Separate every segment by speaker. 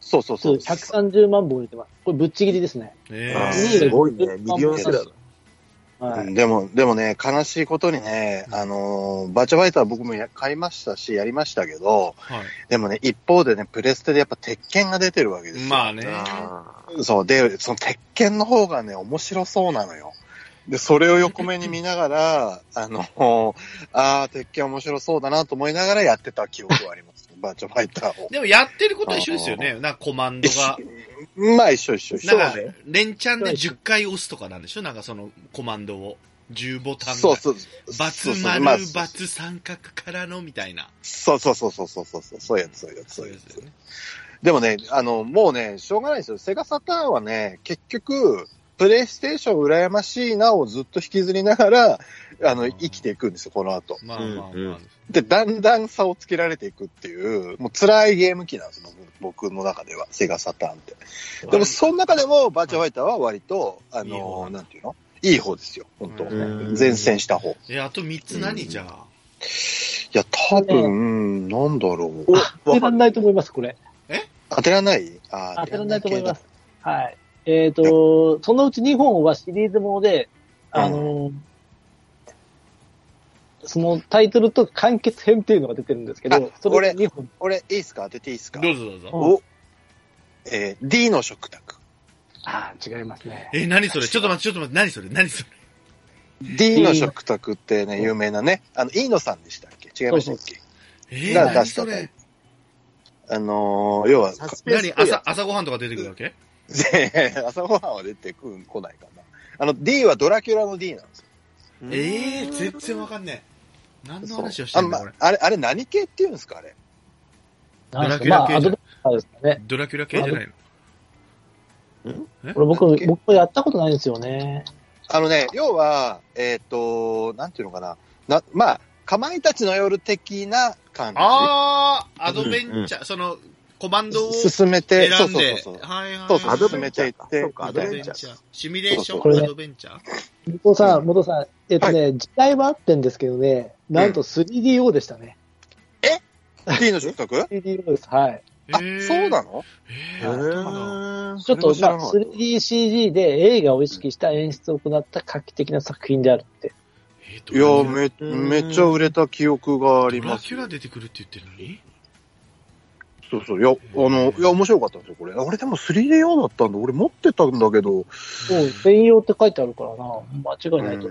Speaker 1: そうそうそう。
Speaker 2: 130万本売れてます。これぶっちぎりですね。
Speaker 3: え
Speaker 1: あー
Speaker 3: え
Speaker 1: す
Speaker 4: ごいねミリオンセラーだ
Speaker 2: は
Speaker 1: う
Speaker 2: い。
Speaker 1: んでも、でもね、悲しいことにね、あのーバーチャファイター僕もや買いましたし、やりましたけど、
Speaker 3: は
Speaker 1: でもね、一方でね、プレステでやっぱ鉄拳が出てるわけです
Speaker 3: い。
Speaker 1: よ。
Speaker 3: まあね。
Speaker 4: あ
Speaker 1: そう。で、その鉄拳の方がね、面白そうなのよ。で、それを横目に見なが ら、あの、あー、鉄拳面白そうだなと思いながらやってた記憶はあり ます。バーチャファイターを。
Speaker 3: でもやってることは一緒ですよね。なんかコマンドが。
Speaker 1: まあ、一緒一緒一
Speaker 3: な
Speaker 1: 緒
Speaker 3: ん。か
Speaker 4: そうね、
Speaker 3: 連チャンで10回押すとかなんでしょなんかそのコマンドを。10ボタンが。
Speaker 1: そうそう。
Speaker 3: バツ
Speaker 1: そうそう
Speaker 3: 丸、
Speaker 1: まあ
Speaker 3: バツ三角からのみたいな。
Speaker 1: そうそうそうそうそうそうそう。そういうやつ、そういうやつ、
Speaker 3: そ
Speaker 1: そうい
Speaker 3: う
Speaker 1: う
Speaker 3: で
Speaker 1: や
Speaker 3: す
Speaker 1: つ
Speaker 3: よ。ね。
Speaker 1: でもね、あの、もうね、しょうがないですよ。セガサターンはね、結局、プレイステーション羨ましいなをずっと引きずりながら、あの、生きていくんですよ、この後。
Speaker 3: まあまあ
Speaker 4: うんう
Speaker 3: まあ
Speaker 4: ん。
Speaker 1: で、だんだん差をつけられていくっていう、もう辛いゲーム機なんですよ、僕僕の中では、セガサターンって。でも、その中でも、バーチャファイターは割と、あ
Speaker 3: いい
Speaker 1: の、
Speaker 3: 方なんだ
Speaker 1: なんていうのいい方ですよ、本当
Speaker 4: うん
Speaker 1: 前線した方。い
Speaker 3: え、あと3つ何じゃあ。
Speaker 1: や、多分、なんだろう。
Speaker 2: 当てらんないと思います、これ。
Speaker 1: 当てらないあー
Speaker 2: 当てらんないと思います。。はい。えっ、と、そのうち2本はシリーズもので、あのーそのタイトルと完結編っていうのが出てるんですけど
Speaker 1: あ、
Speaker 2: そ
Speaker 1: 俺
Speaker 2: れ2本。
Speaker 1: 俺、いいっすか当てていいっすか
Speaker 3: どうぞどうぞ。
Speaker 2: うん
Speaker 1: おえー、D の食卓。
Speaker 2: ああ、違いますね。
Speaker 3: え、何それちょっと待って、ちょっと待って、何それ何それ
Speaker 1: D の食卓ってね、有名なね、あの、飯野さんでしたっけ違いましたっけ
Speaker 3: えー、
Speaker 1: が出
Speaker 3: 何
Speaker 1: し
Speaker 3: そ
Speaker 1: たタイ
Speaker 3: れ
Speaker 1: トルあのー、要は、
Speaker 4: サスペンス
Speaker 3: 何朝、朝ごはんとか出てくるわけ
Speaker 1: で、 朝ごはんは出てくん、来ないかな。あの、D はドラキュラの D なんですよ。
Speaker 3: ええー、全然わかんねえ。何の話をし
Speaker 1: あ
Speaker 3: て
Speaker 1: ん
Speaker 3: んだ、
Speaker 1: ま
Speaker 3: これ。
Speaker 1: あれ、あれ何系っていうんですかあれ。
Speaker 2: なんですか
Speaker 3: ドラキュラ
Speaker 2: まあ、
Speaker 3: 系
Speaker 2: ア
Speaker 3: じゃ
Speaker 2: ドベ
Speaker 3: ん
Speaker 2: ンチャーですかね。
Speaker 3: ドラキュラ系じゃないの
Speaker 2: こ
Speaker 1: な
Speaker 2: れ
Speaker 1: んだっ
Speaker 2: 僕、
Speaker 1: け
Speaker 2: 僕もやったことないんですよね。
Speaker 1: あのね、要は、えっ、と、なんていうのかな。な、まあ、かまいたちの夜的な感じ。
Speaker 3: あー、アドベンチャー、その、コマンドを選
Speaker 1: 進め
Speaker 3: んで
Speaker 1: て、、そうそうそうそう。
Speaker 3: はいはい。
Speaker 1: そうそう、
Speaker 4: アド
Speaker 1: 進
Speaker 4: ベ
Speaker 1: め
Speaker 4: ンチャ
Speaker 1: てい
Speaker 4: ー
Speaker 1: っ
Speaker 4: か
Speaker 1: て
Speaker 4: そう、か
Speaker 1: み
Speaker 3: アド
Speaker 1: たいな
Speaker 3: ベンチャー。シミュレーショ
Speaker 1: そう
Speaker 2: そうこ
Speaker 3: ン
Speaker 2: れ
Speaker 3: アドベンチャー
Speaker 2: 元さ
Speaker 1: うん
Speaker 2: ん、元さん、えっとね、時代はあってんですけどね、なんと 3DO でしたね。
Speaker 1: D の食卓
Speaker 2: 3DO です。はい。
Speaker 1: あ、
Speaker 3: えー
Speaker 1: そうなの
Speaker 3: え
Speaker 4: え
Speaker 3: ー、そうなんだ
Speaker 2: ちょっと、
Speaker 1: それも
Speaker 2: ま
Speaker 1: 知らな
Speaker 2: あ、
Speaker 1: かった
Speaker 2: 3DCG で映画を意識した演出を行った画期的な作品であるって。
Speaker 3: えー
Speaker 1: いや
Speaker 3: ドラキュラ
Speaker 1: め、めっちゃ売れた記憶があり
Speaker 3: ドラ
Speaker 1: ます。
Speaker 3: キュラ出てくるって言ってるのに
Speaker 1: そうそう。いや、あの、いや、面白かったんですよ、これ。俺でも 3DO だったんだ。俺持ってたんだけど。
Speaker 2: そう、専用って書いてあるからな、間違いないと。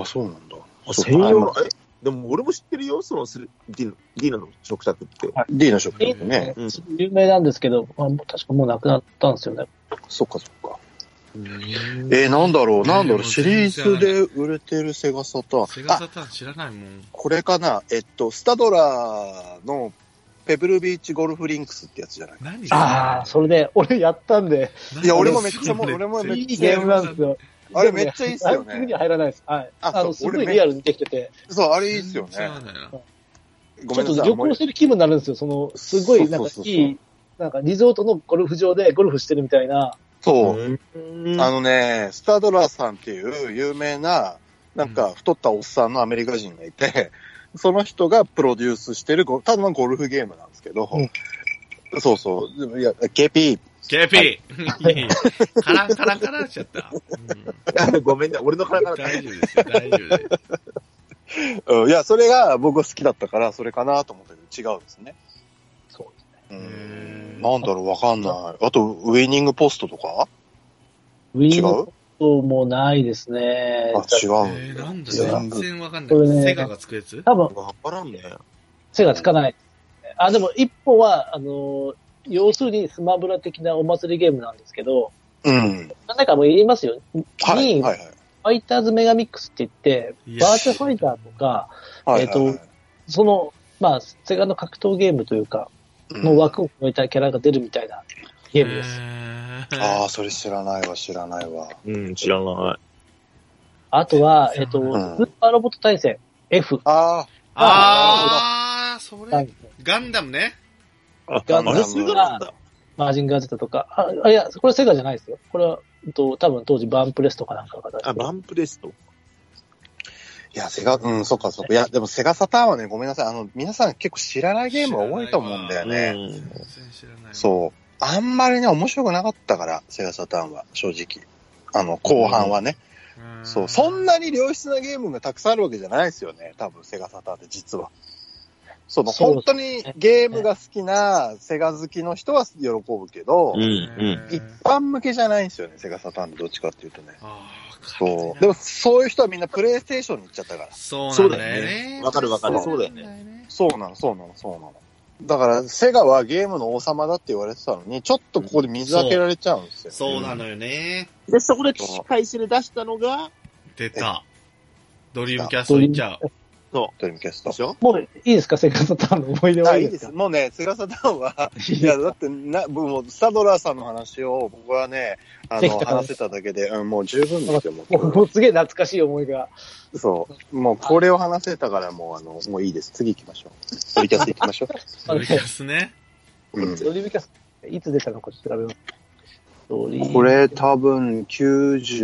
Speaker 1: あ、そうなんだ。
Speaker 4: 専用の、えでも俺も知ってるよ、そのスリ D の、D の食卓って。
Speaker 1: D の食
Speaker 2: え
Speaker 1: 卓ね。
Speaker 4: うん
Speaker 2: 有名なんですけど、まあ、もう確かもうなくなったんですよね。
Speaker 1: そっかそっか。えー、なんだろう、なんだろ
Speaker 3: ね
Speaker 1: う、
Speaker 3: え
Speaker 1: シリーズで売れてるセガサタ
Speaker 3: セ
Speaker 1: ーン。
Speaker 3: ガ
Speaker 1: あ、
Speaker 3: サターン知らないもん。
Speaker 1: これかな。えっと、スタドラーのペブルビーチゴルフリンクスってやつじゃない
Speaker 3: 何
Speaker 2: ああ、それで、俺やったんで、
Speaker 3: 何
Speaker 1: いや俺もめっちゃもう俺もめっちゃ
Speaker 2: いいゲームなんですよ。
Speaker 1: あれめっちゃいいっすよね
Speaker 2: ランキングには入らないです。はい。
Speaker 1: あ
Speaker 2: あの、
Speaker 1: そ
Speaker 2: す
Speaker 1: う
Speaker 2: ごいリアルにできてて、
Speaker 1: そう、あれいいっすよ
Speaker 3: 全然わ
Speaker 1: ね
Speaker 3: か。んないな
Speaker 1: ごめ
Speaker 2: ちょ
Speaker 1: んな
Speaker 2: っと
Speaker 1: さい。
Speaker 2: 旅行してる気分になるんですよ。その、すごい、なん
Speaker 1: そ
Speaker 2: か
Speaker 1: うそうそうそう
Speaker 2: いい、なんかリゾートのゴルフ場でゴルフしてるみたいな、
Speaker 1: そう。
Speaker 4: うん
Speaker 1: あのね、スタドラーさんっていう有名な、なんか太ったおっさんのアメリカ人がいて、 その人がプロデュースしてるゴ、ただのゴルフゲームなんですけど、そうそう、でもいや、KP、
Speaker 3: KP! カランカランカランしちゃった。うん
Speaker 4: ごめんね、 俺の体から。
Speaker 3: 大丈夫ですよ、大丈夫です。
Speaker 1: うんいや、それが僕は好きだったから、それかなと思ったけど、違うんですね。
Speaker 2: そ
Speaker 1: う
Speaker 2: う
Speaker 3: へ
Speaker 1: ん。
Speaker 3: ー
Speaker 1: なんだろう、わかんない。あと、ウィニングポストとか
Speaker 2: ウィ
Speaker 1: 違
Speaker 2: ーン
Speaker 1: う
Speaker 2: ともないですね。
Speaker 1: あ、違うん
Speaker 3: えー、
Speaker 1: だ。
Speaker 3: なんだ、
Speaker 2: いや
Speaker 3: 全然わかん
Speaker 2: これ
Speaker 3: ない。
Speaker 2: ね
Speaker 3: セガが作るやつ
Speaker 2: 多分、
Speaker 4: わからんね。
Speaker 2: 背がつかない。あ、でも一歩は、あの、要するにスマブラ的なお祭りゲームなんですけど、
Speaker 1: うん。
Speaker 2: なんかもう言いますよ。
Speaker 1: はい、
Speaker 2: に
Speaker 1: はい、はい。
Speaker 2: ファイターズメガミックスって言って、
Speaker 3: いや
Speaker 2: バーチャファイターとか、
Speaker 1: はい
Speaker 2: えーと
Speaker 1: はいはい
Speaker 2: その、まあ、セガの格闘ゲームというか、
Speaker 1: うん
Speaker 2: の枠を超えたキャラが出るみたいなゲームです。
Speaker 3: えー
Speaker 1: ああ、それ知らないわ、知らないわ。
Speaker 4: うん、知らない。
Speaker 2: あとは、えっと、ス
Speaker 1: ん
Speaker 2: ーパーロボット対戦 F
Speaker 1: あ
Speaker 3: あー、そ
Speaker 2: なん
Speaker 3: れ、
Speaker 2: ですね
Speaker 3: ガンダムね。
Speaker 4: あ
Speaker 2: ガンダ
Speaker 1: ム
Speaker 4: あれすごいなんだ。
Speaker 2: マージンガー Z とか、ああ、いや、これセガじゃないですよ。これは、うんと多分当時バーンプレスとかなんかが出して
Speaker 4: あ、バンプレスト。
Speaker 1: いや、セガ、うん、そっかそっか。いや、でもセガサターンはね、ごめんなさい。あの、皆さん結構知らないゲームが多いと思うんだよね。
Speaker 4: うん
Speaker 3: 全然知らない。う。
Speaker 1: そう。あんまりね、面白くなかったから、セガサターンは、正直。あの、後半はね。そう、そんなに良質なゲームがたくさんあるわけじゃないですよね。多分、セガサターンって実は。その、
Speaker 2: そう
Speaker 1: 本当にゲームが好きな、セガ好きの人は喜ぶけど、
Speaker 4: うん、うん。
Speaker 1: 一
Speaker 3: あ
Speaker 1: 般向けじゃないんですよね、セガサターンってどっちかっていうとね。
Speaker 3: あー、
Speaker 1: そう。でも、
Speaker 3: でも、
Speaker 1: そういう人はみんなプレイステーションに行っちゃったから。
Speaker 3: そうなんだよね。
Speaker 4: わかるわかる
Speaker 3: そうなん
Speaker 4: そうだ
Speaker 3: ね。
Speaker 1: そうなの、そうなの、そうなの。だから、セガはゲームの王様だって言われてたのに、ちょっとここで水開けられちゃうんですよ。
Speaker 3: そうなのよね。
Speaker 4: で、そこで起死回生で出したのが、
Speaker 3: 出た。ドリームキャストいっちゃう。
Speaker 1: ドリームキャスト
Speaker 4: で。しょ
Speaker 2: もういいですか、セカサターンの思い出
Speaker 1: あ、
Speaker 2: はいい
Speaker 1: い
Speaker 2: い
Speaker 1: で
Speaker 2: です
Speaker 1: す。
Speaker 2: か
Speaker 1: もうね、菅さんは、
Speaker 2: い
Speaker 1: いや、だってな、もう、スタドラーさんの話を、僕はね、あ
Speaker 2: でき
Speaker 1: の、
Speaker 2: たから
Speaker 1: 話せただけで、うん、もう十分ですよ、もう
Speaker 2: もうもうすげえ懐かしい思いが。
Speaker 1: そう。もう、これを話せたから、もう、あの、もういいです。次行きましょう。ドリキャス行きましょ
Speaker 3: ドリームキャスね。
Speaker 1: う。うん
Speaker 2: ドリームキャスト、いつ出たのか調べます。ドリーム
Speaker 1: これ、多分、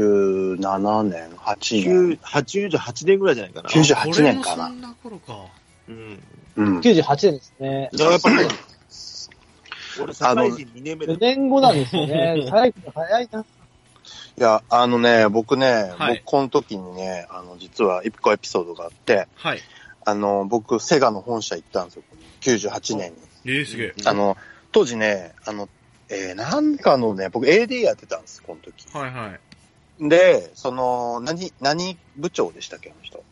Speaker 1: 97年、8年
Speaker 4: 9、88年ぐらいじゃないかな。
Speaker 1: 98年か
Speaker 3: 俺もそ
Speaker 1: な。
Speaker 3: んな頃か。
Speaker 4: うん。
Speaker 1: うん。
Speaker 2: 98年ですね。
Speaker 4: だからやっぱね、俺、社会人2年目で
Speaker 2: 4、年後なんですよね。最後早いな。
Speaker 1: いや、あのね、僕ね、
Speaker 3: はい
Speaker 1: 僕この時にね、あの、実は一個エピソードがあって、
Speaker 3: はい。
Speaker 1: あの、僕、セガの本社行ったんですよ。98年に。
Speaker 3: えー、すげえ。
Speaker 1: あの、当時ね、あの、えーなんかのね、僕 AD やってたんです、この時。
Speaker 3: はいはい。
Speaker 1: で、その、何、何部長でしたっけ、あの人。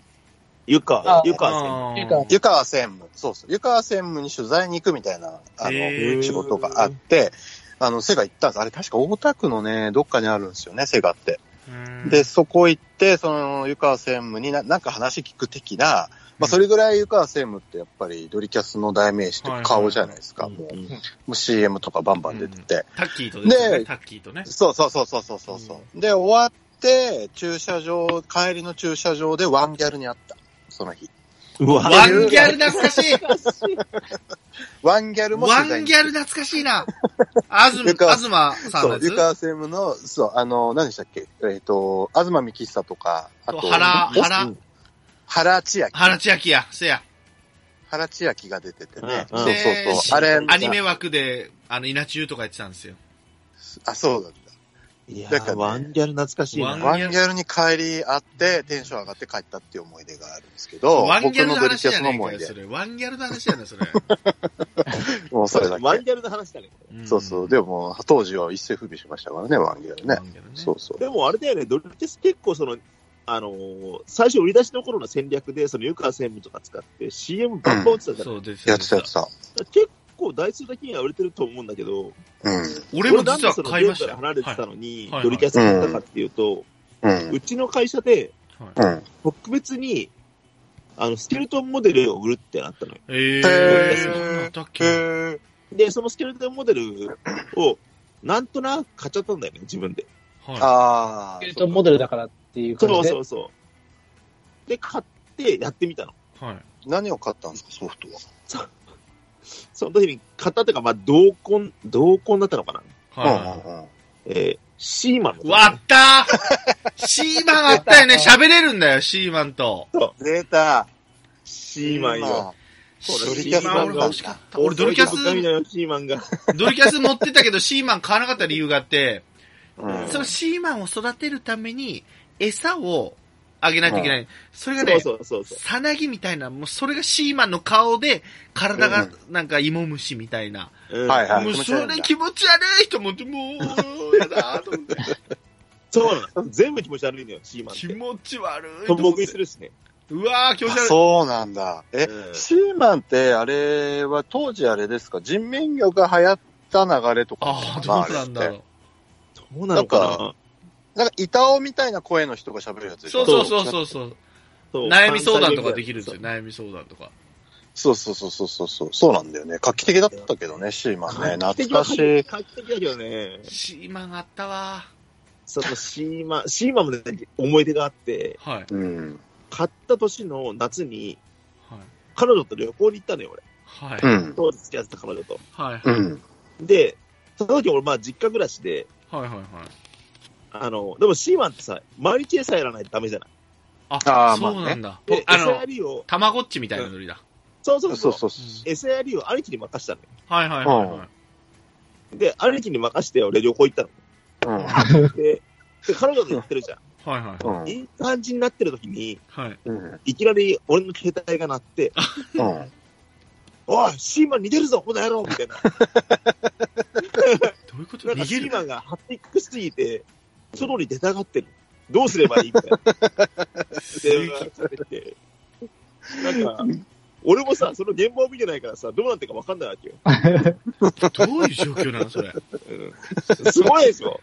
Speaker 4: ゆ
Speaker 2: あ
Speaker 4: か、ゆか
Speaker 3: あー
Speaker 2: っていうか
Speaker 1: 湯川専務。そうそう。湯川専務に取材に行くみたいな、あ
Speaker 3: へ
Speaker 1: の、
Speaker 3: ー
Speaker 1: 仕事があって、あの、セガ行ったんです。あれ、確か大田区のね、どっかにあるんですよね、セガって。
Speaker 3: うん
Speaker 1: で、そこ行って、その、湯川専務にななんか話聞く的な、まあ、それぐらい湯川専務ってやっぱりドリキャスの代名詞というか顔じゃないですか。
Speaker 4: ん
Speaker 1: もう
Speaker 4: うん
Speaker 1: もう CM とかバンバン出てて。
Speaker 3: タッキーとですよ
Speaker 1: で
Speaker 3: ね。タッキーとね。
Speaker 1: そうそうそうそうそうそうそう、で、終わって、駐車場、帰りの駐車場でワンギャルに会った。その日。
Speaker 4: うわ
Speaker 3: ワンギャル懐かしい
Speaker 1: ワンギャルも
Speaker 3: ワンギャ
Speaker 1: ル
Speaker 3: ル懐かしいな。あず、
Speaker 1: ゆか
Speaker 3: あずまさ
Speaker 1: そ
Speaker 3: んの
Speaker 1: う、
Speaker 3: や
Speaker 1: 湯
Speaker 3: つ
Speaker 1: 川専務の、そう、あの、何でしたっけえっ、と、東幹久とか、あと、
Speaker 3: と原、
Speaker 1: お
Speaker 3: 原、
Speaker 1: 原千秋。
Speaker 3: 原千秋や、せや。
Speaker 1: 原千秋が出ててね。
Speaker 4: うん
Speaker 1: そう
Speaker 3: で
Speaker 1: そうそう。あれ、
Speaker 3: アニメ枠で、あの、稲中とかやってたんですよ。
Speaker 1: あ、そうだった。
Speaker 4: いや
Speaker 1: だから
Speaker 4: ー、
Speaker 1: ね
Speaker 4: ワンギャル懐かしい
Speaker 3: ワン
Speaker 4: な。
Speaker 1: ワンギャルに帰り会って、テンション上がって帰ったっていう思い出があるんですけど、
Speaker 3: ワンギャルの
Speaker 1: 僕のドリ
Speaker 3: 話
Speaker 1: キャ
Speaker 3: じゃ
Speaker 1: スの
Speaker 3: ねえか
Speaker 1: 思い
Speaker 3: よ、そ
Speaker 1: 出。
Speaker 3: れ。ワンギャルの話じゃねそれ。。
Speaker 1: もうそれだ
Speaker 4: ワン
Speaker 1: け。
Speaker 4: ギャルの話だね。こ れ
Speaker 1: そうそう。でも、当時は一世不備しましたからね、ワンギャルね。そううそう。
Speaker 4: でもあれだよね、ドリテス結構その、あのー最初売り出しの頃の戦略で、その湯川専務とか使って、CM バンバン打ってたじゃない、
Speaker 3: そうです
Speaker 1: やってたやってた。
Speaker 4: 結構台数だけには売れてると思うんだけど、
Speaker 1: うん。
Speaker 3: 俺も
Speaker 4: なん
Speaker 3: 実
Speaker 4: で
Speaker 3: は
Speaker 4: その
Speaker 3: 買いまし
Speaker 4: ゲ
Speaker 3: た
Speaker 4: ー
Speaker 3: よ。
Speaker 4: ムから離れてた
Speaker 3: はい
Speaker 4: のに、
Speaker 3: はい
Speaker 4: ドリキャスに行ったかっていうと、
Speaker 1: うん。
Speaker 4: うちの会社で
Speaker 3: はい
Speaker 1: うん。
Speaker 4: 特別に、あの、スケルトンモデルを売るってなったのよ。
Speaker 3: え
Speaker 1: へ
Speaker 3: ー、
Speaker 1: ー
Speaker 3: そうなんだっ
Speaker 1: へ
Speaker 3: け
Speaker 1: ー
Speaker 4: で、そのスケルトンモデルを、なんとなく買っちゃったんだよね、自分で。
Speaker 1: あ
Speaker 3: は
Speaker 2: スケルトン
Speaker 1: ー。
Speaker 2: モデルだからっていう感
Speaker 4: そ
Speaker 2: じ
Speaker 4: う
Speaker 2: で
Speaker 4: そ。うそう。で、買ってやってみたの。
Speaker 3: い。はい。
Speaker 1: 何を買ったんですか、ソフトは。
Speaker 4: その時に買ったというか、まあ、同梱、同梱だったのかな。
Speaker 3: は
Speaker 1: うんうんうん
Speaker 4: えー、シーマンの
Speaker 3: い。わったーシーマンあったよね。喋れるんだよ、シーマンと。
Speaker 1: 出た。
Speaker 4: シーマンよ。
Speaker 3: シ
Speaker 4: そうだ
Speaker 1: ドリ
Speaker 3: ー
Speaker 1: キャス
Speaker 3: マ
Speaker 1: な
Speaker 3: ン
Speaker 1: ん
Speaker 3: 俺
Speaker 1: だ
Speaker 3: 欲しかった。俺ドリキャス、
Speaker 4: 神だよ、シーマンが。
Speaker 3: ドリキャス持ってたけど、シーマン買わなかった理由があって、
Speaker 1: うん
Speaker 3: そのシーマンを育てるために、餌をあげないといけない。それが
Speaker 4: そう
Speaker 3: ね、
Speaker 4: そうそうそう。
Speaker 3: さなぎみたいな、もうそれがシーマンの顔で、体
Speaker 1: う
Speaker 3: が
Speaker 1: ん
Speaker 3: なんか芋虫みたいな。
Speaker 4: うん
Speaker 1: はいはい
Speaker 3: もう
Speaker 1: 気持ち悪い
Speaker 3: そ
Speaker 1: んだ
Speaker 3: れ気持ち悪いと思って、もう、やだーと思 って。
Speaker 4: そうなの。全部気持ち悪いのよ、シーマンっ
Speaker 3: 気
Speaker 4: て。
Speaker 3: 持ち悪いと
Speaker 4: とんぼ
Speaker 3: 思っ
Speaker 4: 食い
Speaker 3: て
Speaker 4: す。るしね。
Speaker 3: うわー、気持ち
Speaker 1: あ
Speaker 3: 悪い。
Speaker 1: そうなんだ。え、
Speaker 4: うん
Speaker 1: シーマンって、あれは、当時あれですか、人面魚が流行った流れとか
Speaker 3: ああ、
Speaker 1: か
Speaker 3: ど
Speaker 1: な。
Speaker 3: うな
Speaker 1: あれっ
Speaker 3: んだ
Speaker 1: て
Speaker 3: ろ
Speaker 4: そうな
Speaker 1: な
Speaker 4: のか
Speaker 1: ん
Speaker 4: な。
Speaker 1: なんか、板尾みたいな声の人が喋るやつ
Speaker 3: う。
Speaker 1: でし
Speaker 3: そ
Speaker 1: ょ
Speaker 3: うそうそうそうそう。
Speaker 4: そう
Speaker 3: 悩み相談とかできるんですよ。
Speaker 4: そう
Speaker 3: 悩み相談とか。
Speaker 1: そうそうそうそうそうそう。そうなんだよね。画期的だったけどね、シーマンね。
Speaker 4: 画
Speaker 1: 懐
Speaker 4: 期的
Speaker 1: か
Speaker 4: は
Speaker 1: しい。
Speaker 4: 画期的だけどね。
Speaker 3: シーマンあったわ
Speaker 4: そのシーマン、シーマンもね、思い出があって、
Speaker 3: ー。はい。
Speaker 1: うん。
Speaker 4: 買った年の夏に、
Speaker 3: はい。
Speaker 4: 彼女と旅行に行ったのよ、俺。
Speaker 3: はい。
Speaker 1: う
Speaker 3: はい。
Speaker 1: ん。
Speaker 4: 当時付き合ってた彼女と。
Speaker 3: はい。
Speaker 1: う
Speaker 3: はい。
Speaker 1: ん。
Speaker 4: で、その時俺、まあ、実家暮らしで、
Speaker 3: はい。はい。
Speaker 4: あの、でもシーマンってさ、毎日餌やらないとダメじゃない。
Speaker 3: あ
Speaker 1: あ
Speaker 3: あ、
Speaker 1: ーま
Speaker 3: そ
Speaker 1: あ
Speaker 3: う
Speaker 1: ね
Speaker 3: なんだ。
Speaker 4: で、
Speaker 3: あ
Speaker 4: 餌や
Speaker 3: の、
Speaker 4: りを、
Speaker 3: たまごっちみたいなノリだ。
Speaker 4: そうそ
Speaker 1: そ
Speaker 4: うそうう。
Speaker 1: そうそう。
Speaker 4: 餌やりを兄貴に任せたのよ。
Speaker 3: はいはいはいは
Speaker 4: で、兄貴に任してよ、俺旅行行った
Speaker 1: うん。
Speaker 4: の。で、で彼女と行ってるじゃ。
Speaker 3: はいはい
Speaker 1: うんん。
Speaker 4: いい感じになってる時に、
Speaker 3: はい。
Speaker 1: うん。
Speaker 4: いきなり俺の携帯が鳴って、
Speaker 1: うん。
Speaker 4: おい、シーマン似てるぞ、この野郎みたいな。
Speaker 3: どういうこと
Speaker 4: なんか
Speaker 3: 逃
Speaker 4: シ
Speaker 3: げ
Speaker 4: ーマン
Speaker 3: る
Speaker 4: がハッティックすぎて、外に出たがってる。どうすればいいみたいな。 電話がかかってきて。なんか、俺もさ、その現場を見てないからさ、どうなってるかわかんないわけよ。
Speaker 3: どういう状況なのそれ。
Speaker 4: うんすごいですよ。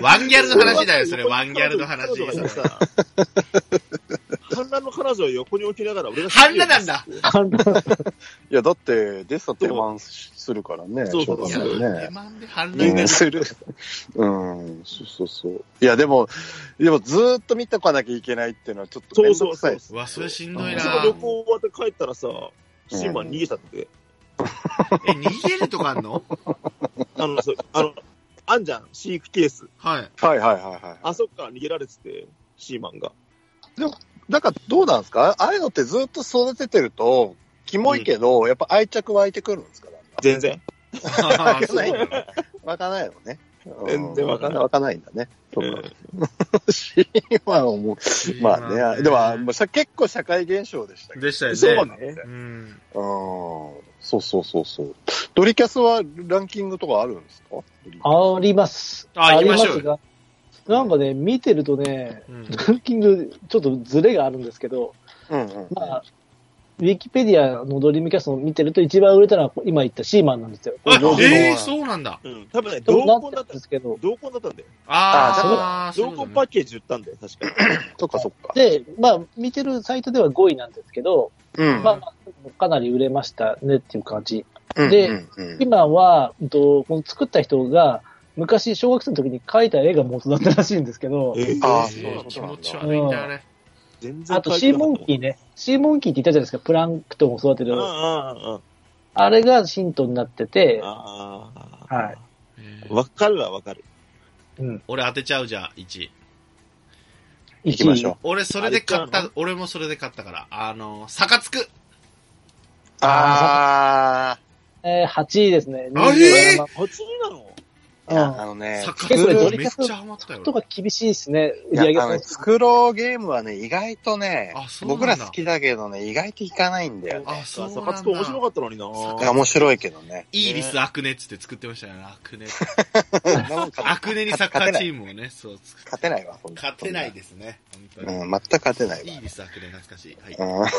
Speaker 3: ワンギャルの話だよ、それ。ワンギャルの話。
Speaker 4: 彼女がさ、反乱の彼女を横に置きながら俺が
Speaker 3: 半裸なんだ
Speaker 2: 簡単
Speaker 1: いや、だって、デッサ定番するからね。
Speaker 4: そうそう
Speaker 1: しょ
Speaker 3: い
Speaker 1: がな
Speaker 3: や、
Speaker 1: い
Speaker 3: 手
Speaker 1: よね。
Speaker 3: 間で反乱
Speaker 1: う
Speaker 3: が
Speaker 1: ん、する。うん、そうそうそう。いや、でも、でもずーっと見ておかなきゃいけないっていうのはちょっと
Speaker 4: そ
Speaker 1: め
Speaker 4: うん
Speaker 1: ど
Speaker 4: そう
Speaker 1: く
Speaker 4: そ
Speaker 1: さ
Speaker 4: う
Speaker 1: い。。
Speaker 3: うわ、それしんどいな
Speaker 4: その旅行終わって帰ったらさ、シーマン逃げちゃって。
Speaker 3: え、逃げるとかあんの
Speaker 4: あの、そうあの、あんじゃん、飼育ケース。
Speaker 3: はい。
Speaker 1: はいはいはいは
Speaker 4: あそこから逃げられてて、シーマンが。
Speaker 1: い。だからどうなんですかああいうのってずっと育ててると、キモいけど、やっぱ愛着湧いてくるんですかなんか
Speaker 4: 全然。
Speaker 3: あーそうなの
Speaker 1: 湧かないのね。
Speaker 4: 全然湧かない
Speaker 1: 湧かないんだね。そううんか。シーマンをもうまあね、でもあもうさ結構社会現象でしたけど。
Speaker 3: でしたよね。
Speaker 4: そうね。
Speaker 3: うん。
Speaker 1: うんそうそうそうそう。ドリキャスはランキングとかあるんですか
Speaker 2: あります。
Speaker 3: あ行き
Speaker 2: り
Speaker 3: ま
Speaker 2: ま
Speaker 3: しょうよ
Speaker 2: すが、なんかね、見てるとね、
Speaker 3: うん
Speaker 2: ランキング、ちょっとズレがあるんですけど、
Speaker 1: うんうん。
Speaker 2: まあ、ウィキペディアのドリームキャストを見てると一番売れたのは今言ったシーマンなんですよ。
Speaker 3: あ、
Speaker 1: どうぞ
Speaker 3: えー、そうなんだ。
Speaker 4: うん。多分ね、
Speaker 2: と
Speaker 4: 同
Speaker 2: な
Speaker 4: 梱
Speaker 2: っ
Speaker 4: だ
Speaker 2: た
Speaker 4: っ
Speaker 2: ん
Speaker 4: た
Speaker 2: で。すけど。
Speaker 4: 同梱だったんだよ。
Speaker 3: あー、そう
Speaker 4: 同
Speaker 3: いうこ
Speaker 4: 梱
Speaker 3: と
Speaker 4: パ
Speaker 3: ね
Speaker 4: ッケージ言ったんだよ、確か。
Speaker 1: そっかそっか。
Speaker 2: で、まあ、見てるサイトでは5位なんですけど、
Speaker 1: うん
Speaker 2: まあまあ、かなり売れましたねっていう感じ。
Speaker 1: うん
Speaker 2: で
Speaker 1: うんうん
Speaker 2: 今は、うんとこの作った人が、昔、小学生の時に描いた絵が元だったらしいんですけど、
Speaker 4: え
Speaker 1: あ
Speaker 3: え
Speaker 1: ー
Speaker 3: ー気
Speaker 1: そうなん
Speaker 3: 持
Speaker 1: だ
Speaker 3: ち悪いんだよね。
Speaker 4: 全然
Speaker 2: あと、シーモンキ
Speaker 4: ー。
Speaker 2: ーね。シーモンキーって言ったじゃないですか、プランクトンを育て
Speaker 4: う
Speaker 2: る
Speaker 4: んうん。うんうん。
Speaker 2: あれがヒントになってて、
Speaker 4: ああ。
Speaker 2: は
Speaker 3: えー
Speaker 4: わかるわ、わかる。
Speaker 2: うん、
Speaker 3: 俺当てちゃうじゃん、1。
Speaker 1: 行きましょう。
Speaker 3: 俺それで買っ
Speaker 4: あれ違う
Speaker 3: た、俺もそれで買ったから。あの、サカツク
Speaker 1: あ
Speaker 2: う。えー、8位ですね。
Speaker 3: あれえー
Speaker 2: 27
Speaker 4: こっちになの
Speaker 1: ー、い
Speaker 2: 万
Speaker 1: やあのね
Speaker 3: サ、カツ
Speaker 2: 結構
Speaker 3: ク
Speaker 2: ドリ
Speaker 3: め
Speaker 2: キ
Speaker 3: っ
Speaker 2: ャス
Speaker 3: ちゃハマったよ
Speaker 2: うん。。と
Speaker 3: 俺
Speaker 2: か厳しいですね。
Speaker 1: い
Speaker 2: 売
Speaker 1: や
Speaker 2: り上げ
Speaker 1: あ
Speaker 2: が
Speaker 1: の、スクローゲームはね、意外とね
Speaker 3: あ、そうなん
Speaker 1: 僕
Speaker 3: だ
Speaker 1: ら好きだけどね、意外といかないんだよね。
Speaker 3: あ、そうなんだ。
Speaker 4: サカツク面白かったのにない
Speaker 1: や、面白いけど ね。
Speaker 3: イーリス・アクネっつって作ってましたよね、アクネ。
Speaker 1: なんか
Speaker 3: アクネにサッカーチームをね、そう作っ
Speaker 1: 勝てないわ、そんな
Speaker 3: 勝てないですね、本当に。
Speaker 1: うん、全く勝てない
Speaker 3: イーリス・アクネ懐かしい。はい。
Speaker 1: わ。うん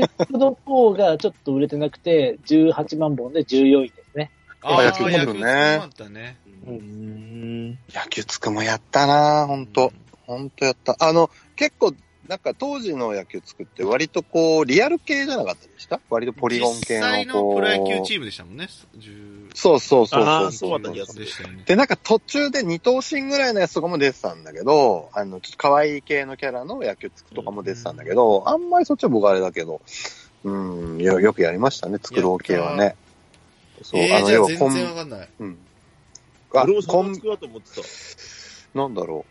Speaker 2: 野球の方がちょっと売れてなくて、18万本で14位ですね。
Speaker 3: あ
Speaker 1: 野球
Speaker 3: ー、
Speaker 1: 部ね
Speaker 3: 野球部もあったね。
Speaker 4: う。
Speaker 2: うん
Speaker 1: 野球つくもやったな本当本当やった。あの、結構、なんか当時の野球つくって割とこう、リアル系じゃなかったでした割とポリゴン系
Speaker 3: 実際
Speaker 1: のこ
Speaker 3: の
Speaker 1: う。
Speaker 3: プロ野球チームでしたもんね。10
Speaker 1: そうそうそうそ
Speaker 4: あー
Speaker 1: う
Speaker 4: そうだった気がする
Speaker 3: でしたよね。
Speaker 1: で、なんか途中で二等身ぐらいのやつとかも出てたんだけど、あの、ちょっと可愛い系のキャラの野球つくとかも出てたんだけど、あんまりそっちは僕あれだけど、うん、よよくやりましたね、つくろう系はね。そう、
Speaker 3: え
Speaker 1: あ
Speaker 3: ー、
Speaker 1: の、
Speaker 3: じゃ
Speaker 1: 要
Speaker 3: あ
Speaker 1: はコ
Speaker 3: 全
Speaker 1: ン
Speaker 3: 然、わかんない。
Speaker 1: うん。あ
Speaker 4: 俺も、サ
Speaker 1: コ
Speaker 4: カ
Speaker 1: ン
Speaker 4: ツ、クだと思ってた。
Speaker 1: なんだろ